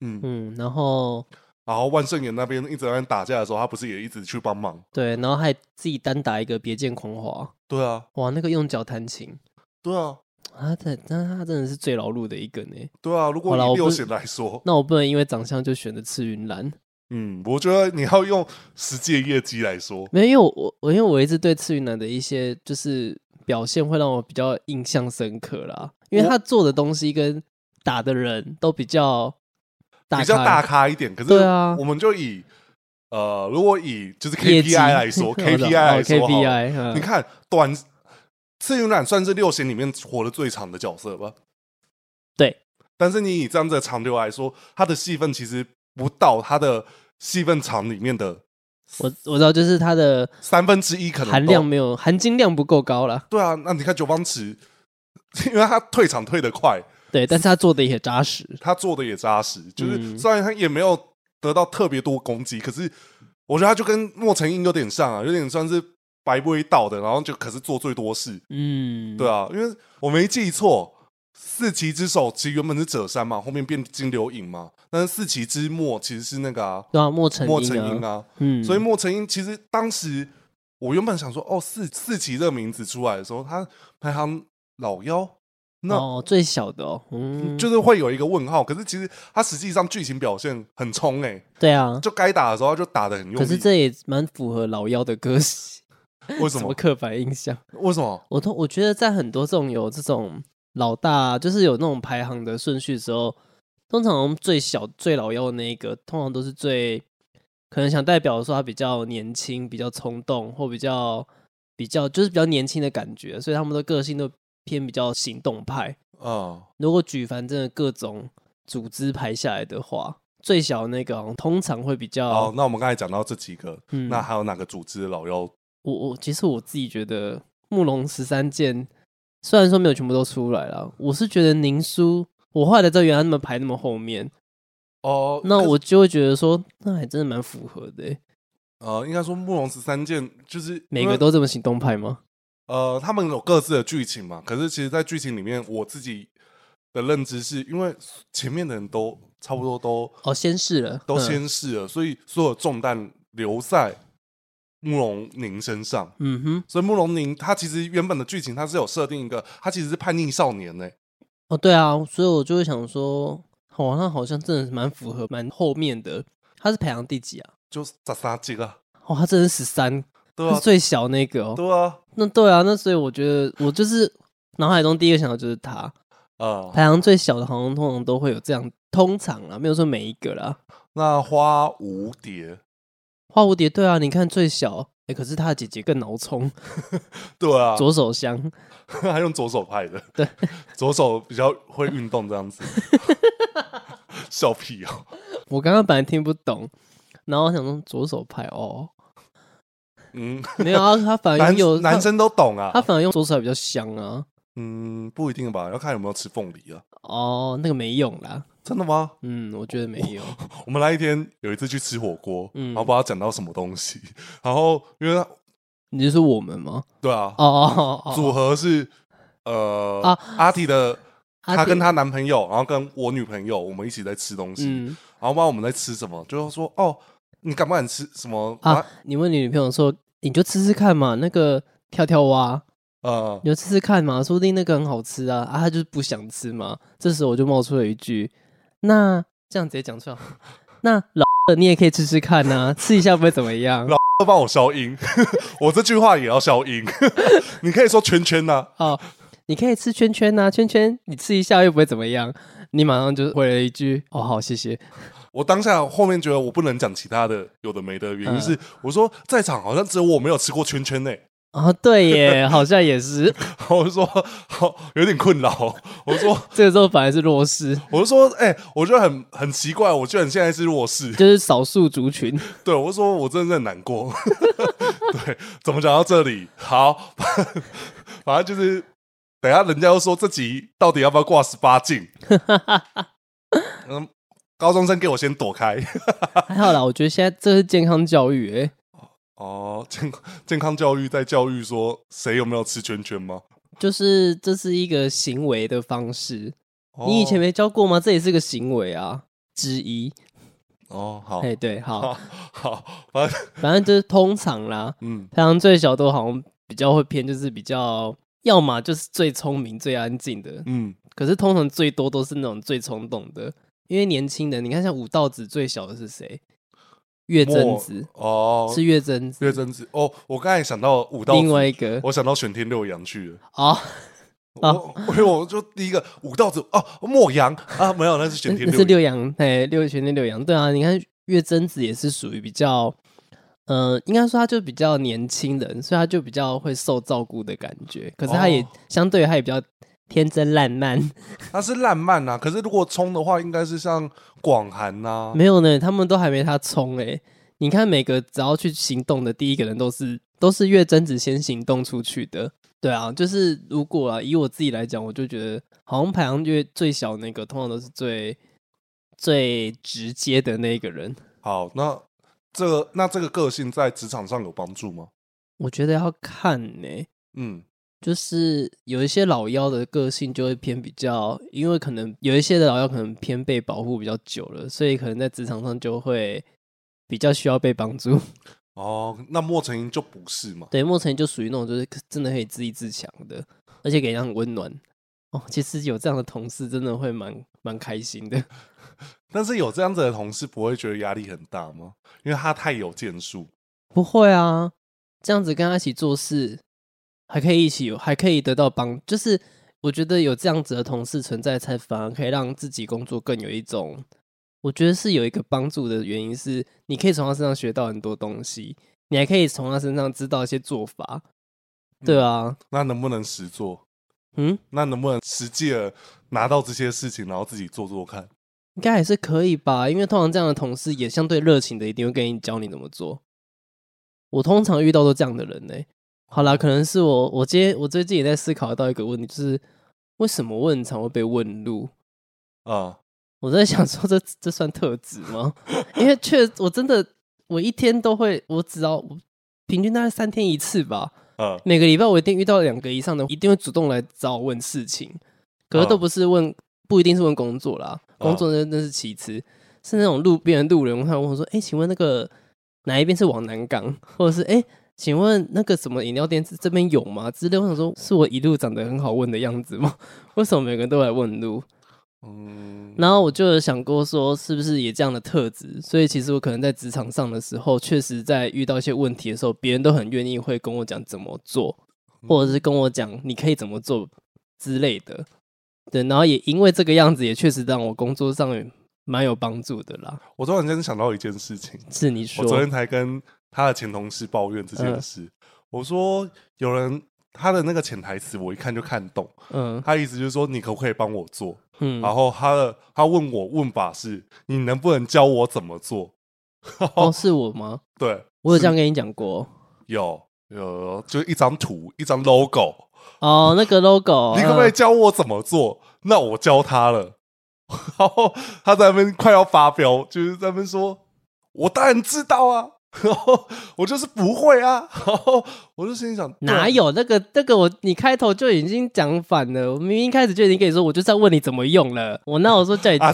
嗯，
嗯，然后
然后万圣爷那边一直在那边打架的时候，他不是也一直去帮忙？
对，然后还自己单打一个别见狂华，
对啊，
哇，那个用脚弹琴，
对啊，
啊，他但他真的是最劳碌的一个呢。
对啊。如果
好啦
以
我不
六
是
弦来说，
那我不能因为长相就选择赤云兰，
嗯，我觉得你要用实际的业绩来说，
没有，因为我我因为我一直对赤云南的一些就是表现会让我比较印象深刻啦，因为
我
他做的东西跟打的人都比较大
比较
咖
大咖一点。可是，
对啊
我们就以呃，如果以就是
业绩
KPI 来说
我懂
，KPI
哦
来说好了
KPI，嗯
你看短赤云染算是六弦里面活得最长的角色吧？
对，
但是你以这样子的长流来说，他的戏份其实不到他的戏份长里面的
我我知道就是他的
三分之一，可能都
含量没有含金量不够高啦，
对啊，那你看九方池，因为他退场退得快，
对，但是他做的也扎实，
他做的也扎实，就是、
嗯
虽然他也没有得到特别多攻击，可是我觉得他就跟莫成英有点像啊，有点算是白不一道的，然后就可是做最多事，
嗯，
对啊，因为我没记错，四旗之首其实原本是者山嘛，后面变金流影嘛，但是四旗之末其实是那个啊
对啊，莫成
莫成
英
英，啊，
嗯，
所以莫成英其实当时我原本想说，哦，四四旗这个名字出来的时候，他排行老幺，那
哦最小的哦，嗯，
就是会有一个问号。可是其实他实际上剧情表现很冲哎、
对啊，
就该打的时候他就打的很用力。
可是这也蛮符合老妖的歌词，
为什
什么
么？
刻板印象？
为什么？
我通我觉得在很多这种有这种老大，就是有那种排行的顺序的时候，通常最小最老幺的那一个，通常都是最可能想代表说他比较年轻、比较冲动或比较比较就是比较年轻的感觉，所以他们的个性都偏比较行动派。
啊，
如果举凡真的各种组织排下来的话，最小的那个好像通常会比较，
好，那我们刚才讲到这几个，
嗯，
那还有哪个组织老妖？
我我其实我自己觉得慕容十三剑虽然说没有全部都出来了，我是觉得宁书，我后来才知道原来他们排那么后面，
哦，
那
可是
我就会觉得说，那还真的蛮符合的欸，
呃，应该说慕容十三剑就是
每
因为
个都这么行动派吗？
呃，他们有各自的剧情嘛。可是其实，在剧情里面，我自己的认知是因为前面的人都差不多都
哦，先试了，
都
嗯
先逝了，所以所有重担留在慕容宁身上。
嗯哼，
所以慕容宁他其实原本的剧情他是有设定一个，他其实是叛逆少年呢、
哦，对啊，所以我就会想说，哦，那好像真的是蛮符合蛮后面的。他是排行第几啊？
就咋咋几个，
哦，他真的十三，
对啊
他是，最小那个哦。
对啊，
那对啊，那所以我觉得我就是脑海中第一个想到就是他，
呃，
排行最小的，好像通常都会有这样，通常啦，没有说每一个啦。
那花蝴蝶，
花蝴蝶，对啊，你看最小，哎，可是他的姐姐更脑冲，
对啊，
左手香，
他用左手拍的，
对，
左手比较会运动这样 子，笑屁哦、
我刚刚本来听不懂，然后我想说左手拍哦，
嗯，
没有啊，他反而
男
拥有
男，生都懂啊
他，他反而用左手还比较香啊。
嗯，不一定吧，要看有没有吃凤梨啊，
哦，那个没用啦，
真的吗？
嗯，我觉得没有，
我们那一天有一次去吃火锅，
嗯
然后不知道讲到什么东西，然后因为他
你是说我们吗？
对啊，
哦哦哦哦，
组合是呃
啊
阿提的，
阿
她
弟
跟她男朋友，然后跟我女朋友，我们一起在吃东西，
嗯
然后不知道我们在吃什么，就是说哦，你敢不敢吃什么？
啊，你问你女朋友说，你就吃吃看嘛，那个跳跳蛙。
呃
你，就吃吃看嘛，说不定那个很好吃啊！啊，他就是不想吃嘛。这时候我就冒出了一句：“那这样直接讲出来，那老的你也可以吃吃看呐、吃一下不会怎么样。
老都帮我消音， 我这句话也要消音， 你可以说圈圈啊呐、
哦，你可以吃圈圈呐、圈圈你吃一下又不会怎么样。”你马上就回了一句：“哦，好，谢谢。
我当下后面觉得我不能讲其他的有的没的原因
嗯
是，我说在场好像只有我没有吃过圈圈呢、”
哦，对耶，好像也是。
我就说 好有点困扰，我说
这个时候反而是弱势，
我就说哎、我觉得很很奇怪，我居然现在是弱势，
就是少数族群。
对我就说我真的很难过， 对，怎么讲到这里？好， 反正就是等一下人家又说这集到底要不要挂十八 禁？嗯，高中生给我先躲开
还好啦，我觉得现在这是健康教育，哎，
哦，健健康教育在教育说谁有没有吃圈圈吗？
就是这是一个行为的方式。你以前
没
没教过吗？这也是个行为啊之一。
哦，好
哎，对，好，
好好，反正
反正就是通常啦，
嗯
排行最小都好像比较会偏，就是比较要么就是最聪明、最安静的，
嗯
可是通常最多都是那种最冲动的，因为年轻人，你看像武道子最小的是谁？月贞
莫
子
哦，
是月贞子，
月贞子哦，我刚才想到武道，
另外一个
我想到选天六阳去了。
哦，啊
我我因为 我就第一个武道子哦，莫阳啊，没有，那是选
那
天
嗯那是
六阳。
六阳，哎，六全天六阳，对啊，你看月贞子也是属于比较，呃，应该说他就比较年轻人，所以他就比较会受照顾的感觉。可是他也、
哦
相对于他也比较天真烂漫，
他是烂漫啊呐、可是如果冲的话，应该是像广寒啊呐、
没有呢，他们都还没他冲哎、你看每个只要去行动的第一个人都是都是月贞子先行动出去的，对啊，就是如果啊以我自己来讲，我就觉得好像排行月最小那个通常都是最最直接的那一个人。
好，那这个那这个个性在职场上有帮助吗？
我觉得要看呢、
嗯，
就是有一些老妖的个性就会偏比较，因为可能有一些的老妖可能偏被保护比较久了，所以可能在职场上就会比较需要被帮助。
哦，那莫成英就不是嘛？
对，莫成就属于那种就是可真的可以自立自强的，而且给人家很温暖。哦，其实有这样的同事真的会蛮蛮开心的。
但是有这样子的同事，不会觉得压力很大吗？因为他太有建树。
不会啊，这样子跟他一起做事，还可以一起有，还可以得到帮，就是我觉得有这样子的同事存在，才反而可以让自己工作更有一种，我觉得是有一个帮助的原因是，你可以从他身上学到很多东西，你还可以从他身上知道一些做法，对啊，
那能不能实做？
嗯，
那能不能实际的拿到这些事情，然后自己做做看？
应该还是可以吧，因为通常这样的同事也相对热情的，一定会跟你教你怎么做。我通常遇到都这样的人呢、好啦，可能是我，我今天我最近也在思考到一个问题，就是为什么我很常会被问路？
啊、
我在想说这这算特质吗？ 因为确我真的我一天都会，我只要我平均大概三天一次吧，
啊、
每个礼拜我一定遇到两个以上的，一定会主动来找我问事情，可是
嗯
都不是问，不一定是问工作啦，
嗯
工作那那是其次，是那种路边的路人，他会问我说：“哎、请问那个哪一边是往南港， 或者是哎、诶请问那个什么饮料店这这边有吗？”之类，我想说，是我一路长得很好问的样子吗？为什么每个人都来问路？
嗯，
然后我就有想过说，是不是也这样的特质？所以其实我可能在职场上的时候，确实在遇到一些问题的时候，别人都很愿意会跟我讲怎么做，或者
嗯
是跟我讲你可以怎么做之类的。对，然后也因为这个样子，也确实让我工作上面蛮有帮助的啦。
我突然间想到一件事情，
是你
我昨
说
天才跟他的前同事抱怨这件
嗯
事，我说有人他的那个潜台词我一看就看懂，
嗯
他意思就是说你可不可以帮我做？然
嗯，
后他的他问我问法是你能不能教我怎么做？
哦，是我吗？
对，
我有这
是
样跟你讲过哦
有有，就是一张图一张 logo，
哦，嗯那个 logo，
你可不可以教我怎么做？那我教他了。 然后他在那边快要发飙，就是在那边说：“我当然知道啊， 然后我就是不会啊。” 然后我就心里想：对啊
哪有那个那个我你开头就已经讲反了，我明明一开始就已经跟你说，我就是要问你怎么用了，我那我说叫你、
啊？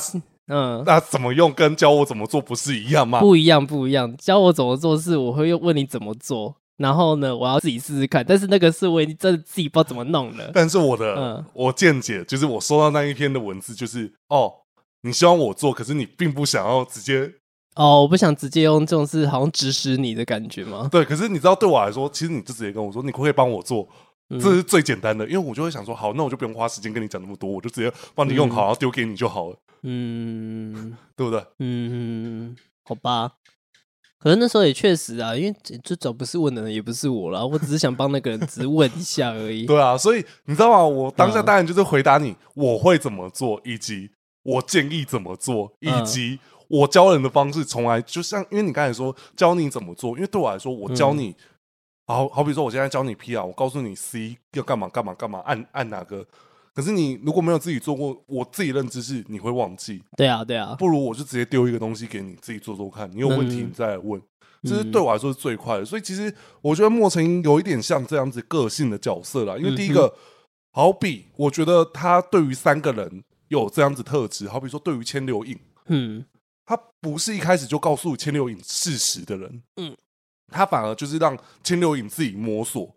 嗯
那怎么用跟教我怎么做不是一样吗？
不一样不一样，教我怎么做事，我会又问你怎么做，然后呢我要自己试试看，但是那个是我已经真的自己不知道怎么弄 了，
但是我的、
嗯
我见解就是，我收到那一篇的文字就是：哦，你希望我做，可是你并不想要直接
哦，我不想直接用这种事好像指使你的感觉吗？
对。可是你知道，对我来说，其实你就直接跟我说：“你可不可以帮我做？”
嗯
这是最简单的，因为我就会想说，好，那我就不用花时间跟你讲那么多，我就直接帮你用好，然后丢给你就好了，
嗯
对不对？
嗯，好吧。可是那时候也确实啊，因为这这找不是问的人也不是我啦，我只是想帮那个人只是问一下而 已。
对啊，所以你知道吗？我当下
嗯
当然就是回答你，我会怎么做，以及我建议怎么做，以
嗯
及我教人的方式，从来就像因为你刚才说教你怎么做，因为对我来说，我教
嗯
你，好好比说我现在教你 P 啊，我告诉你 C 要干嘛干嘛干嘛，按按哪个。可是你如果没有自己做过，我自己认知是你会忘记，
对啊，对啊，
不如我就直接丢一个东西给你，自己做做看。你有问题
嗯
你再来问，这是对我来说是最快的。所以其实我觉得莫成英有一点像这样子个性的角色啦，因
嗯
为第一个，好比我觉得他对于三个人有这样子特质，好比说对于千流影，
嗯
他不是一开始就告诉千流影事实的人，
嗯，
他反而就是让千流影自己摸索，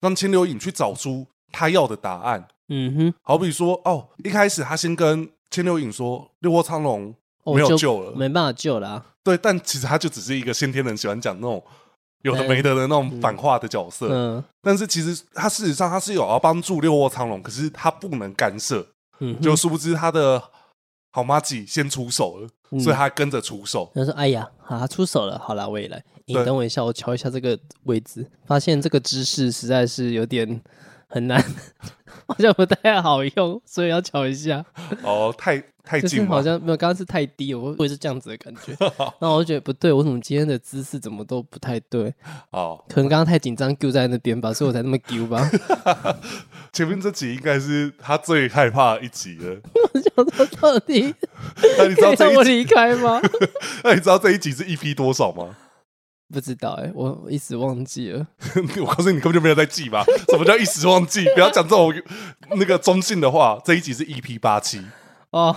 让千流影去找出他要的答案。
嗯哼，
好比说，哦，一开始他先跟千流影说“六窝苍龙”。
哦
没有
就
救了，
没办法救啊啦、
对，但其实他就只是一个先天人喜欢讲那种有的没的的那种反话的角色。
嗯
但是其实他事实上他是有要帮助六卧苍龙，可是他不能干涉，
嗯哼，
就殊不知他的好妈己先出手了，
嗯
所以他跟着出 手。
他说：“哎呀，啊，出手了，好啦，我也来。你
对
等我一下，我瞧一下这个位置，发现这个姿势实在是有点很难， 好像不太好用，所以要瞧一下。
哦，太太
就是
近
好
了。
像没有，刚刚是太低了，我我也是这样子的感 觉。然后我就觉得不对，我怎么今天的姿势怎么都不太对？
哦，
可能刚刚太紧张，丢在那边吧，所以我才那么丢 吧。
前面这集应该是他最害怕的一集 了。
我想说，到底
那你知
可
道
以
这
让我
一集？
离开吗？
那你知道这一集是 EP 多少吗？
不知道哎、我我一时忘记了。”
我告诉你，你根本就没有在记吧？什么叫一时忘记？不要讲这种那个中性的话。这一集是 EP 八七。
哦，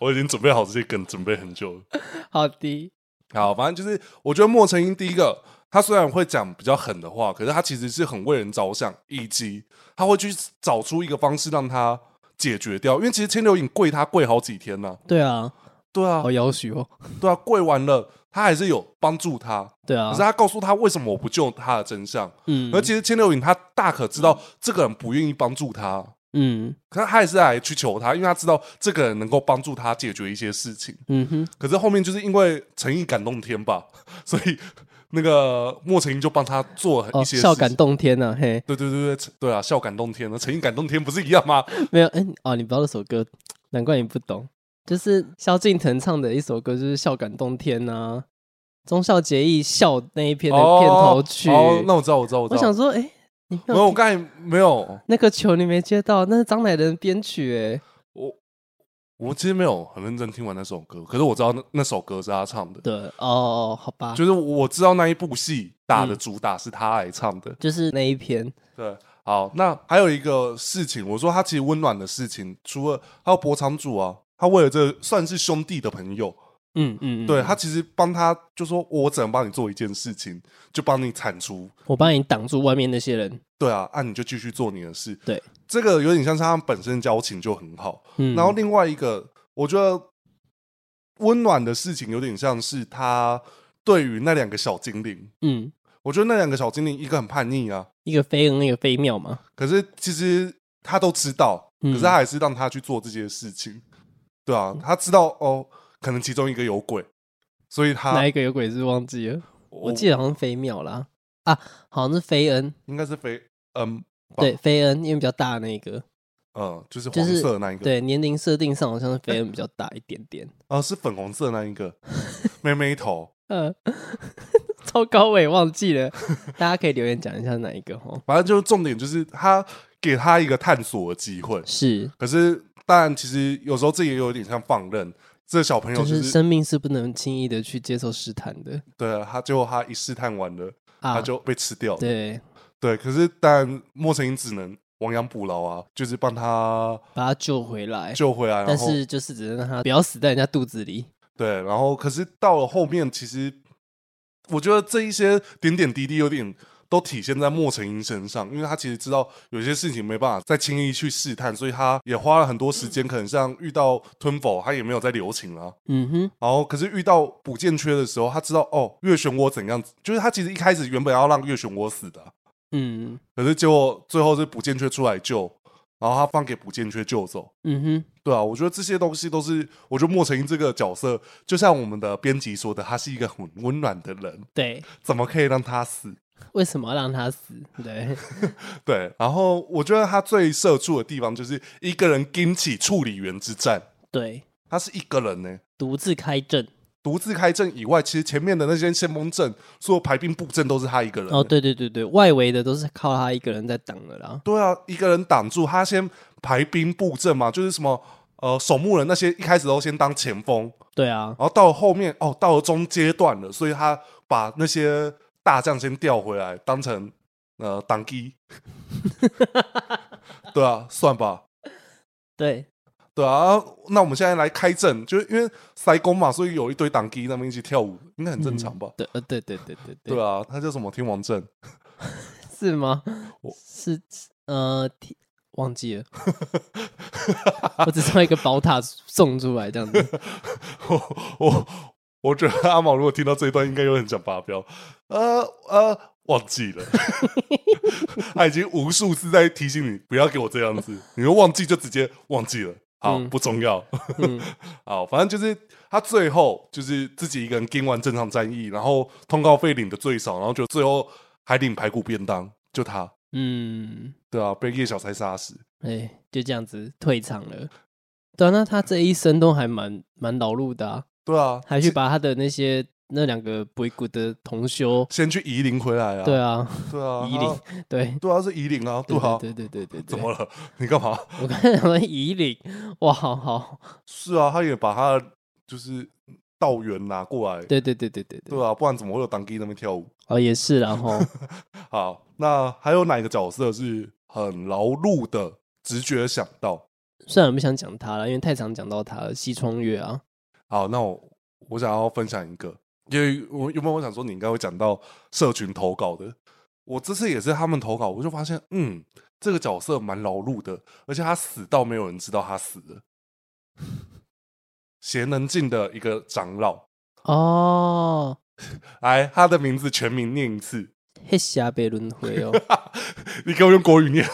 我已经准备好这些梗，准备很久了。
好的，
好，反正就是我觉得莫成英第一个，他虽然会讲比较狠的话，可是他其实是很为人着想，以及他会去找出一个方式让他解决掉。因为其实千流影跪他跪好几天呢、
对啊，
对啊
好，要许哦，
对啊，跪完了，他还是有帮助他，
对
可
啊
是，他告诉他为什么我不救他的真相。
嗯
而其实千流影他大可知道这个人不愿意帮助他，
嗯
可是他还是来去求他，因为他知道这个人能够帮助他解决一些事情。
嗯哼，
可是后面就是因为诚意感动天吧，所以那个莫成英就帮他做了
哦，
一些
笑
事
感
情
动天呐、嘿，
对对对对对啊，笑感动天，那成因感动天不是一样吗？
没有，哎、哦，你不知道这首歌，难怪你不懂。就是萧敬腾唱的一首歌，就是《笑感动天》呐、忠孝节义笑那一篇的片头曲。
哦，哦那我知道，我知道，我知
我
道。
想说，哎、你没
没有，
有
我刚才没有，
那个球你没接到，那是张乃仁编曲、哎，
我我其实没有很认真听完那首歌，可是我知道那那首歌是他唱的，
对，哦，好吧，
就是我知道那一部戏打的
嗯
主打是他来唱的。
就是那一篇，
对，好，那还有一个事情，我说他其实温暖的事情，除了还有博长主啊，他为了这算是兄弟的朋友，
嗯嗯，嗯
对，他其实帮他就说，我只能帮你做一件事情，就帮你铲除
我帮你挡住外面那些人，
对啊，啊，你就继续做你的事。
对，
这个有点像是他们本身交情就很好。
嗯，
然后另外一个，我觉得温暖的事情有点像是他对于那两个小精灵，
嗯，
我觉得那两个小精灵一个很叛逆啊，
一个飞恩，一个飞妙嘛，
可是其实他都知道，
嗯
可是他还是让他去做这些事情。对啊，他知道哦，可能其中一个有鬼，所以他
哪一个有鬼是忘记了，
我
我记得好像飞妙啦，啊，好像是飞恩，
应该是非嗯吧
对，飞恩，因为比较大那个，
嗯，就是黄
就是
色的那一个，
对，年龄设定上好像是 飞恩比较大一点点，
啊、是粉红色的那一个妹妹头。
嗯，超高我也忘 记了，大家可以留言讲一下哪一个哦，
反正就是重点就是他给他一个探索的机会，
是，
可是当然其实有时候这也有点像放任。这小朋友
就
就是是
生命是不能轻易的去接受试探的
对啊他，结果他一试探完了，
啊，
他就被吃掉了。
对，
对，可是当然莫成英只能亡羊补牢啊，就是帮他
把他救回来。
救回来。
但
然后
是就是只能让他不要死在人家肚子里，
对，然后可是到了后面，其实我觉得这一些点点滴滴有点都体现在莫成英身上，因为他其实知道有些事情没办法再轻易去试探，所以他也花了很多时间，可能像遇到吞否，他也没有再留情啊。
嗯哼，
然后可是遇到补剑缺的时候，他知道哦，月漩涡怎样，就是他其实一开始原本要让月漩涡死的啊、
嗯
可是结果最后是补剑缺出来救，然后他放给补剑缺救走。
嗯哼，
对啊，我觉得这些东西都是，我觉得莫成英这个角色，就像我们的编辑说的，他是一个很温暖的人，
对，
怎么可以让他死？
为什么要让他死？对，
对，然后我觉得他最社畜的地方就是一个人跟起处理员之战，
对，
他是一个人呢、
独自开阵。
独自开阵以外，其实前面的那些先锋阵、所有排兵布阵都是他一个人、
哦，，对对对对，外围的都是靠他一个人在挡的啦。
对啊，一个人挡住他先排兵布阵嘛，就是什么呃守墓人那些一开始都先当前锋，
对啊，
然后到了后面哦，到了中阶段了，所以他把那些大将先调回来，当成呃当机， 对啊，算吧，
对，
对啊。那我们现在来开阵，就是因为塞工嘛，所以有一堆当机那边一起跳舞，应该很正常吧？
对，呃，对对对对
对，啊，他叫什么天王阵？
是吗
我？
是呃，提忘 记了，我只知道一个宝塔送出来这样子。
我我我觉得阿毛如果听到这一段，应该有很想发飙。呃呃，忘记了， 他已经无数次在提醒你不要给我这样子，你会忘记就直接忘记了。好，
嗯
不重要。
嗯，
好，反正就是他最后就是自己一个人跟完这场战役，然后通告费领的最少，然后就最后还领排骨便当，就他，
嗯，
对啊，被叶小钗杀死。
哎，就这样子退场了。对啊，那他这一生都还蛮蛮劳碌的啊，
对啊，
还去把他的那些那两个鬼谷的同修，
先去夷陵回来啊。
对啊，
对啊，
夷陵
啊
对，
对啊，是夷陵啊，对啊，
对对对对对，
怎
对
么了？ 你干嘛？
我刚才想说夷陵，哇，好好，
是啊，他也把他的就是道员拿过来，
对对对对对对，
对啊，不然怎么会有当地那边跳舞？
哦也是啦，然后
好，那还有哪个角色是很劳碌的？直觉想到，
虽然我不想讲他了，因为太常讲到他了，西窗月啊，
好，那我我想要分享一个，因为我原本我想说你应该会讲到社群投稿的，我这次也是他们投稿，我就发现，嗯，这个角色蛮劳碌的，而且他死到没有人知道他死了。 贤能进的一个长老，
哦，
来，他的名字全名念一次。
黑霞被轮回 哦，
你给我用国语念，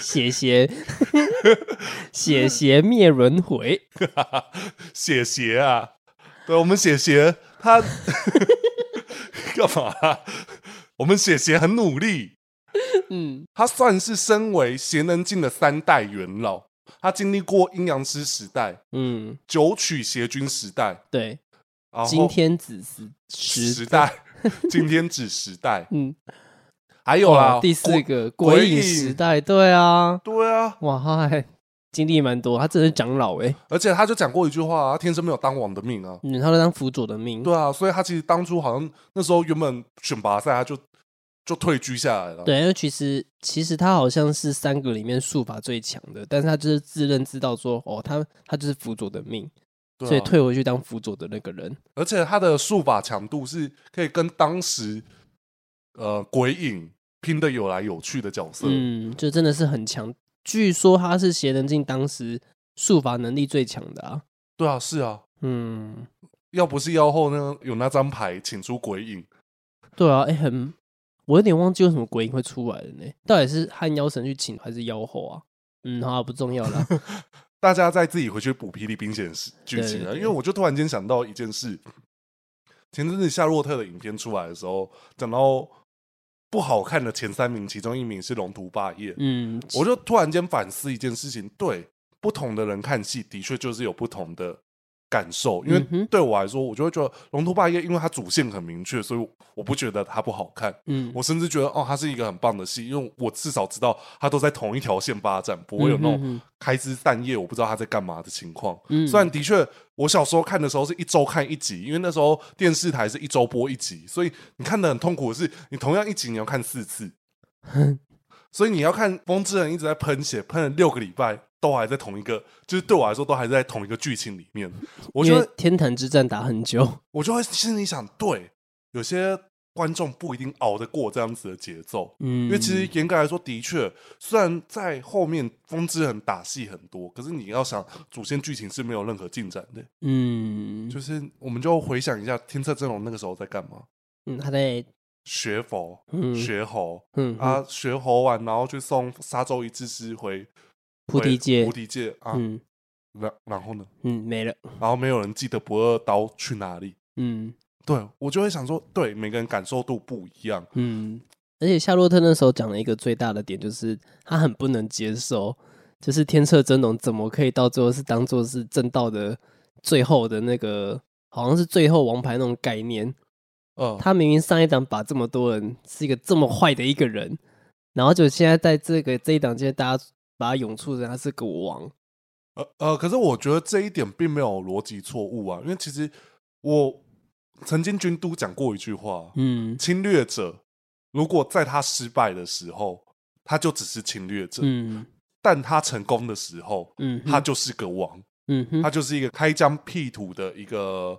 血 邪血邪灭轮回，
写鞋啊！对，我们写鞋，他 干嘛啊？我们姐姐很努力，
嗯，
他算是身为贤能镜的三代元老，他经历过阴阳师时代、
嗯，
九曲邪君时代，
对，
然后
今天子时
时
时，
代、 今天指时代，
嗯，
还有啦，
哦
鬼
第四个
鬼
鬼影
影
时代，对啊，
对啊，
哇，他还经历蛮多，他真的是长老哎、
而且他就讲过一句话、啊，他天生没有当王的命啊，
嗯，他都当辅佐的命，
对啊，所以他其实当初好像那时候原本选拔赛他就就退居下来了，
对，因为其实其实他好像是三个里面术法最强的，但是他就是自认知道说，哦，他他就是辅佐的命，
对啊，
所以退回去当辅佐的那个人。
而且他的术法强度是可以跟当时呃鬼影拼的有来有去的角色，
嗯，就真的是很强。据说他是邪能镜当时术法能力最强的啊。
对啊，是啊，
嗯，
要不是妖后呢有那张牌请出鬼影，
对啊，哎、很，我有点忘记为什么鬼影会出来了呢？到底是汉妖神去请还是妖后啊？嗯，好、啊，不重要 了。
大家再自己回去补《霹雳兵线》时剧情
对
啊，因
对
为我就突然间想到一件事，前阵子夏洛特的影片出来的时候，讲到不好看的前三名，其中一名是《龙图霸业》，
嗯，
我就突然间反思一件事情，对不同的人看戏，的确就是有不同的感受。因
嗯哼
为对我来说，我就会觉得《龙图霸业》，因为它主线很明确，所以我不觉得它不好看。
嗯，
我甚至觉得，哦，它是一个很棒的戏，因为我至少知道它都在同一条线发展，不会有那
嗯哼
种
哼
开枝散叶，我不知道它在干嘛的情况。
嗯
虽然的确，我小时候看的时候是一周看一集，因为那时候电视台是一周播一集，所以你看的很痛苦的是，你同样一集你要看四 次，所以你要看《风之痕》一直在喷血，喷了六个礼拜，都还在同一个，就是对我来说都还在同一个剧情里 面。我
因
觉
为
得
天坛之战打很久，
我就会心里想，对，有些观众不一定熬得过这样子的节奏。
嗯，
因为其实严格来说，的确，虽然在后面《风之痕》打戏很多，可是你要想主线剧情是没有任何进展的。
嗯，
就是我们就回想一下天策真龙那个时候在干嘛，
嗯，他在
学佛、
嗯
学猴
嗯
啊，学猴完然后去送沙洲一之师回
菩提
回
戒
菩，提界啊，
嗯
然然后呢，
嗯没了，
然后没有人记得不二刀去哪里。
嗯
对我就会想说，对每个人感受度不一样，
嗯。而且夏洛特那时候讲了一个最大的点，就是他很不能接受，就是天策真龙怎么可以到最后是当做是正道的最后的那个，好像是最后王牌那种概念。
嗯，
他明明上一档把这么多人是一个这么坏的一个人，然后就现在在这个这一档，现在大家把他涌出人，他是个王。
呃呃，可是我觉得这一点并没有逻辑错误啊，因为其实我曾经军都讲过一句话，
嗯
侵略者如果在他失败的时候，他就只是侵略者，
嗯
但他成功的时候，
嗯哼，
他就是个王，
嗯哼
他就是一个开疆辟土的一个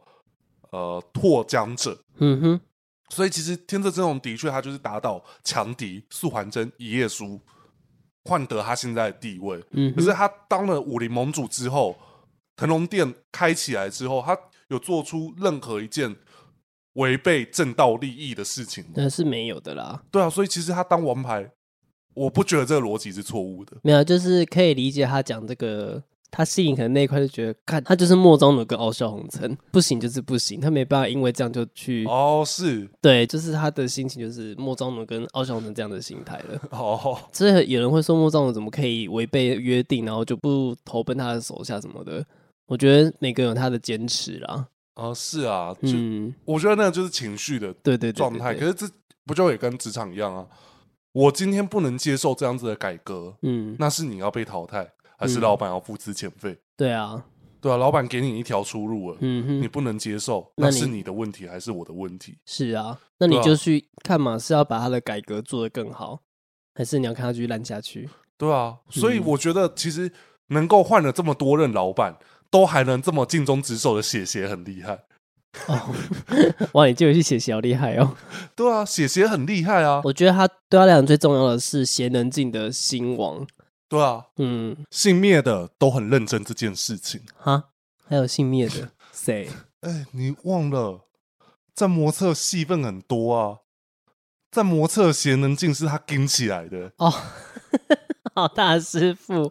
呃拓疆者。
嗯哼
所以其实天策真龙的确，他就是打倒强敌素还真一页书，换得他现在的地位。
嗯哼，
可是他当了武林盟主之后，腾龙殿开起来之后，他有做出任何一件违背正道利益的事情吗？
那是没有的啦，
对啊，所以其实他当王牌，我不觉得这个逻辑是错误的。
没有，就是可以理解他讲这个，他心里可能那一块就觉得，看他就是莫宗鲁跟傲笑红尘，不行就是不行，他没办法因为这样就去，
哦，是
对，就是他的心情就是莫宗鲁跟傲笑红尘这样的心态了。
哦，
所以有人会说莫宗鲁怎么可以违背约定，然后就不投奔他的手下什么的。我觉得每个人有他的坚持啦，
哦，是啊，就、
嗯，
我觉得那个就是情绪的
对对对对
状态。
对
可是这不就也跟职场一样啊？我今天不能接受这样子的改革，
嗯，
那是你要被淘汰，还是
嗯
老板要付资遣费？
对啊，
对啊，老板给你一条出路了，
嗯哼，
你不能接受，
那
那
你
是你的问题还是我的问题？
是啊，那你
对啊
就去看嘛，是要把他的改革做得更好，还是你要看他继续烂下去？
对啊，所以
嗯
我觉得其实能够换了这么多任老板，都还能这么尽忠职守的写写很厉害。
哦， 哇，你这游戏写写好厉害哦！
对啊，写写很厉害啊。
我觉得他对他来讲最重要的是贤能镜的新王，
对啊，
嗯，
姓灭的都很认真这件事情。
哈，还有姓灭的 谁？
哎，你忘了，在魔测戏份很多啊。在魔测贤能镜是他跟起来的。
哦， 好大师傅，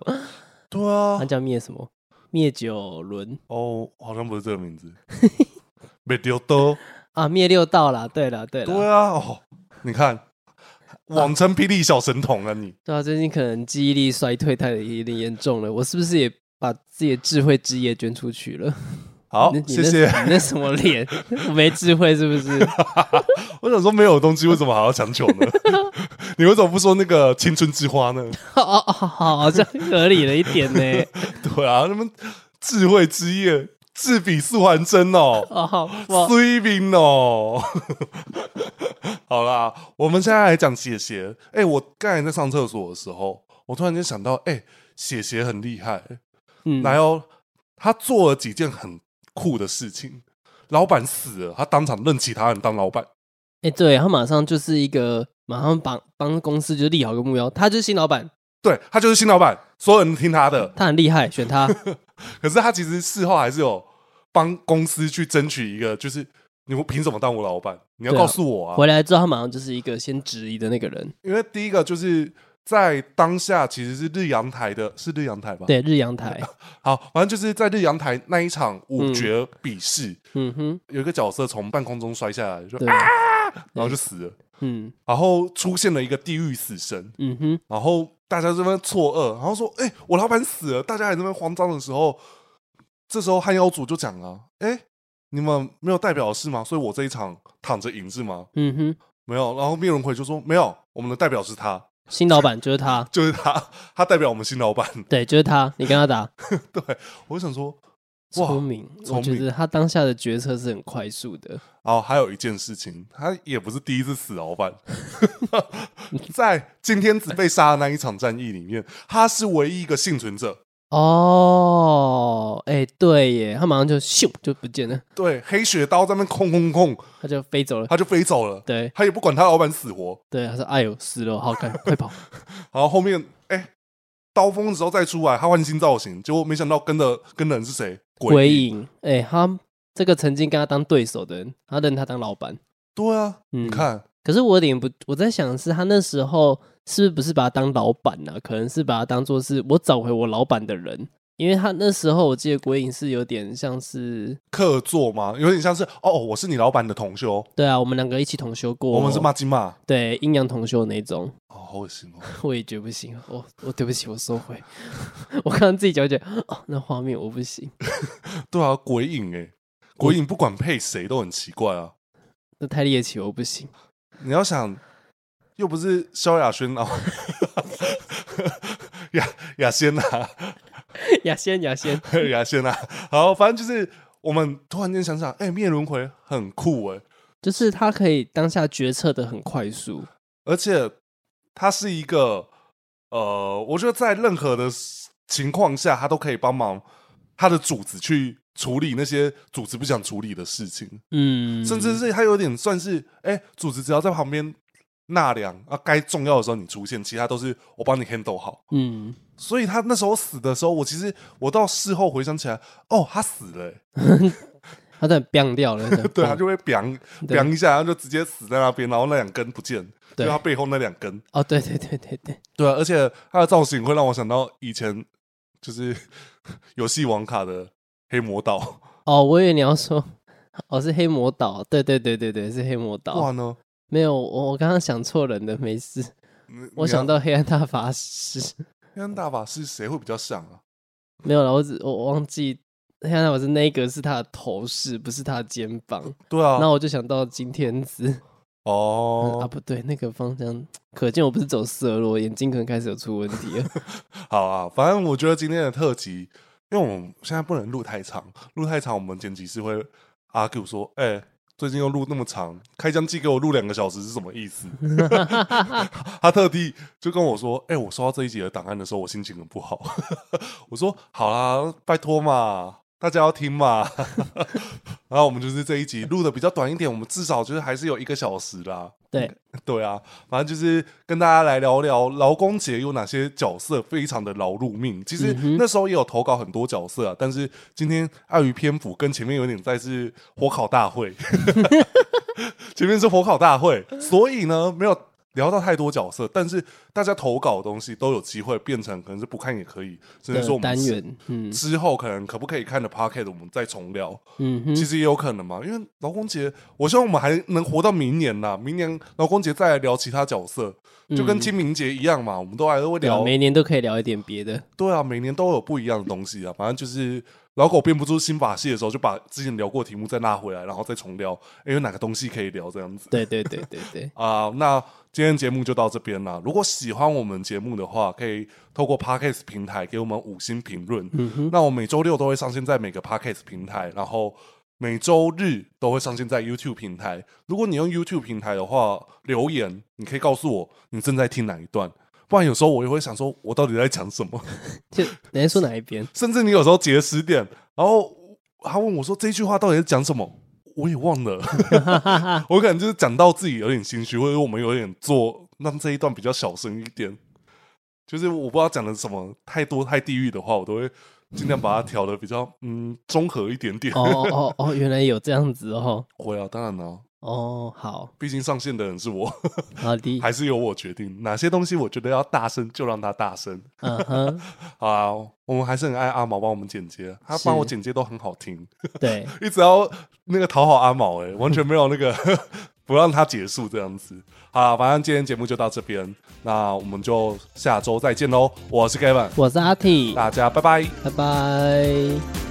对啊
他，叫灭什么？灭九轮
哦，好像不是这个名字。没丢多
啊，灭六道啦，对了对了，
对啊，哦，你看，网称霹雳小神童啊你，
对啊，最近可能记忆力衰退太有点严重了，我是不是也把自己的智慧之夜捐出去了？
好
啊你，
谢
你那
谢。
你那什么脸？我没智慧是 不是？
我想说，没有东西为什么还要强求 呢？你为什么不说那个青春之花呢？
哦哦哦，好好像合理了一点呢。
对啊，那么智慧之夜，智比素还真哦，
哦， 好哇，
水平哦。 好啦，我们现在来讲写鞋。哎、我刚才在上厕所的时候，我突然间想到，哎、写鞋很厉害、
嗯，
来哦，他做了几件很酷的事情。老板死了，他当场任其他人当老板。
哎，对，他马上就是一个，马上帮帮公司就立好个目标，他就是新老板，
对他就是新老板，所有人听他的。
他很厉害，选他。
可是他其实事后还是有帮公司去争取一个，就是你凭什么当我老板？你要
对啊
告诉我啊！
回来之后，他马上就是一个先质疑的那个人。
因为第一个就是在当下其实是日阳台的，是日阳台吧？，
对，日 阳台，
好，反正就是在日阳台那一场五
嗯
绝比试，
嗯哼，
有一个角色从半空中摔下来，说
对
啊，，然后就死了，
嗯
然后出现了一个地狱死神，
嗯哼，
然后大家这边错愕，然后说：“哎、我老板死了！”大家还在那边慌张的时候，这时候汉妖族就讲了、哎、你们没有代表是吗？所以我这一场躺着赢是吗？
嗯哼，
没有。”然后灭轮回就说：“没有，我们的代表是他，
新老板就是他，
就是他， 他代表我们新老板。
对，就是他，你跟他打。”
对，我想说， 哇
聪明，我
聪
觉
明
得他当下的决策是很快速的。
然后哦还有一件事情，他也不是第一次死老板， 在金天子被杀的那一场战役里面，他是唯一一个幸存者。
哦，哎、对耶，他马上就咻就不见了，
对，黑雪刀在那边空空空，
他就飞走了。
他就飞走了。
对
他也不管他老板死活，
对，他说：“哎呦，死了，好看，快跑
然后后面哎、刀锋的时候再出来，他换新造型，结果没想到跟的跟的人是谁？！”
鬼影，哎、他这个曾经跟他当对手的人，他认他当老板。
对啊，
嗯
你看，
可是我有点不，我在想的是他那时候是不是把他当老板呢、可能是把他当做是我找回我老板的人，因为他那时候我记得鬼影是有点像是，
客座嘛，有点像是哦，我是你老板的同修，
对啊，我们两个一起同修过，
我们是骂金骂，
对阴阳同修那种。
哦，好恶心哦。
我也觉得不行，我我对不起，我收回。 我刚刚自己讲觉得，哦，那画面我不行，
对啊，鬼影哎、鬼影不管配谁都很奇怪啊。
那太猎奇我不行。
你要想，又不是萧亚轩 啊，雅雅仙呐、啊，
雅仙，雅仙，
牙仙啊，好，反正就是我们突然间想想，哎、灭轮回很酷哎、
就是他可以当下决策的很快速，
而且他是一个呃，我觉得在任何的 s- 情况下，他都可以帮忙他的组织去处理那些组织不想处理的事情，
嗯，
甚至是他有点算是哎、组织只要在旁边纳凉啊，该重要的时候你出现，其他都是我帮你 handle 好。
嗯，
所以他那时候死的时候，我其实我到事后回想起来，哦，他死了、欸，
他都很 biang 掉了，这样
对，他啊
嘣
就会 biang
对
biang 一下，然后就直接死在那边，然后那两根不见，就
对
他背后那两根，
哦，对对对对对，
对啊，而且他的造型会让我想到以前就是 游戏王卡的黑魔导。
哦，我以为你要说，哦是黑魔岛，对对对对对，是黑魔
哇
岛，
呢，
没有，我我刚刚想错人了，没事，
你
我想到黑暗大法师，
黑暗大法师谁会比较像啊？
没有了，我只我忘记黑暗大法师那一个是他的头饰，不是他的肩膀。
对啊，
那我就想到金天子、嗯啊，
哦，
不对，那个方向，可见我不是走色路，眼睛可能开始有出问题了。
好啊，反正我觉得今天的特辑，因为我们现在不能录太长，录太长我们剪辑师会 argue 说，哎、最近又录那么长，开疆机给我录两个小时是什么意思？ 他特地就跟我说：“哎、我收到这一集的档案的时候，我心情很不好。” 我说：“好啦，拜托嘛，大家要听嘛。” 然后我们就是这一集录的比较短一点，我们至少就是还是有一个小时啦。
对，
对啊，反正就是跟大家来聊聊劳工节有哪些角色非常的劳碌命。其实
嗯哼
那时候也有投稿很多角色啊，但是今天碍于篇幅，跟前面有点在是 火烤大会，前面是火烤大会，所以呢没有聊到太多角色，但是大家投稿的东西都有机会变成可能是不看也可以，甚至说我
的
们
单
之
元，嗯
之后可能可不可以看的 p o c k e t 我们再重聊，
嗯
其
哼，
实也有可能嘛。因为劳工节，我希望我们还能活到明年呐，明年劳工节再来聊其他角色，就跟
嗯
清明节一样嘛，我们都还是会
对啊
聊
每年都可以聊一点别的，
对啊，每年都有不一样的东西啊。反正就是老狗变不出新把戏的时候，就把之前聊过的题目再拉回来，然后再重聊，哎，有哪个东西可以聊这样子。
对对对对对，
啊、那今天节目就到这边啦。如果喜欢我们节目的话，可以透过 Podcast 平台给我们五星评论。
嗯哼，
那我每周六都会上线在每个 Podcast 平台，然后每周日都会上线在 YouTube 平台。如果你用 YouTube 平台的话，留言你可以告诉我你正在听哪一段，不然有时候我也会想说，我到底在讲什么。
就你在说哪一边？
甚至你有时候截十点，然后他问我说这句话到底是讲什么，我也忘了。我可能就是讲到自己有点心虚，或者我们有点做让这一段比较小声一点。就是我不知道讲的什么太多太地狱的话，我都会尽量把它调的比较嗯综合一点点。
哦哦哦，原来有这样子哦，
会啊，当然了、
哦，好
毕竟上线的人是我，
好的，
还是由我决定哪些东西我觉得要大声就让它大声。
嗯哼，
好啊，我们还是很爱阿毛帮我们剪接，他帮我
是
剪接都很好听。
对，
一直要那个讨好阿毛、欸，完全没有那个 不让他结束这样子。好啦，反正今天节目就到这边，那我们就下周再见喽。我是 Kevin，
我是阿 T，
大家拜拜。
拜拜。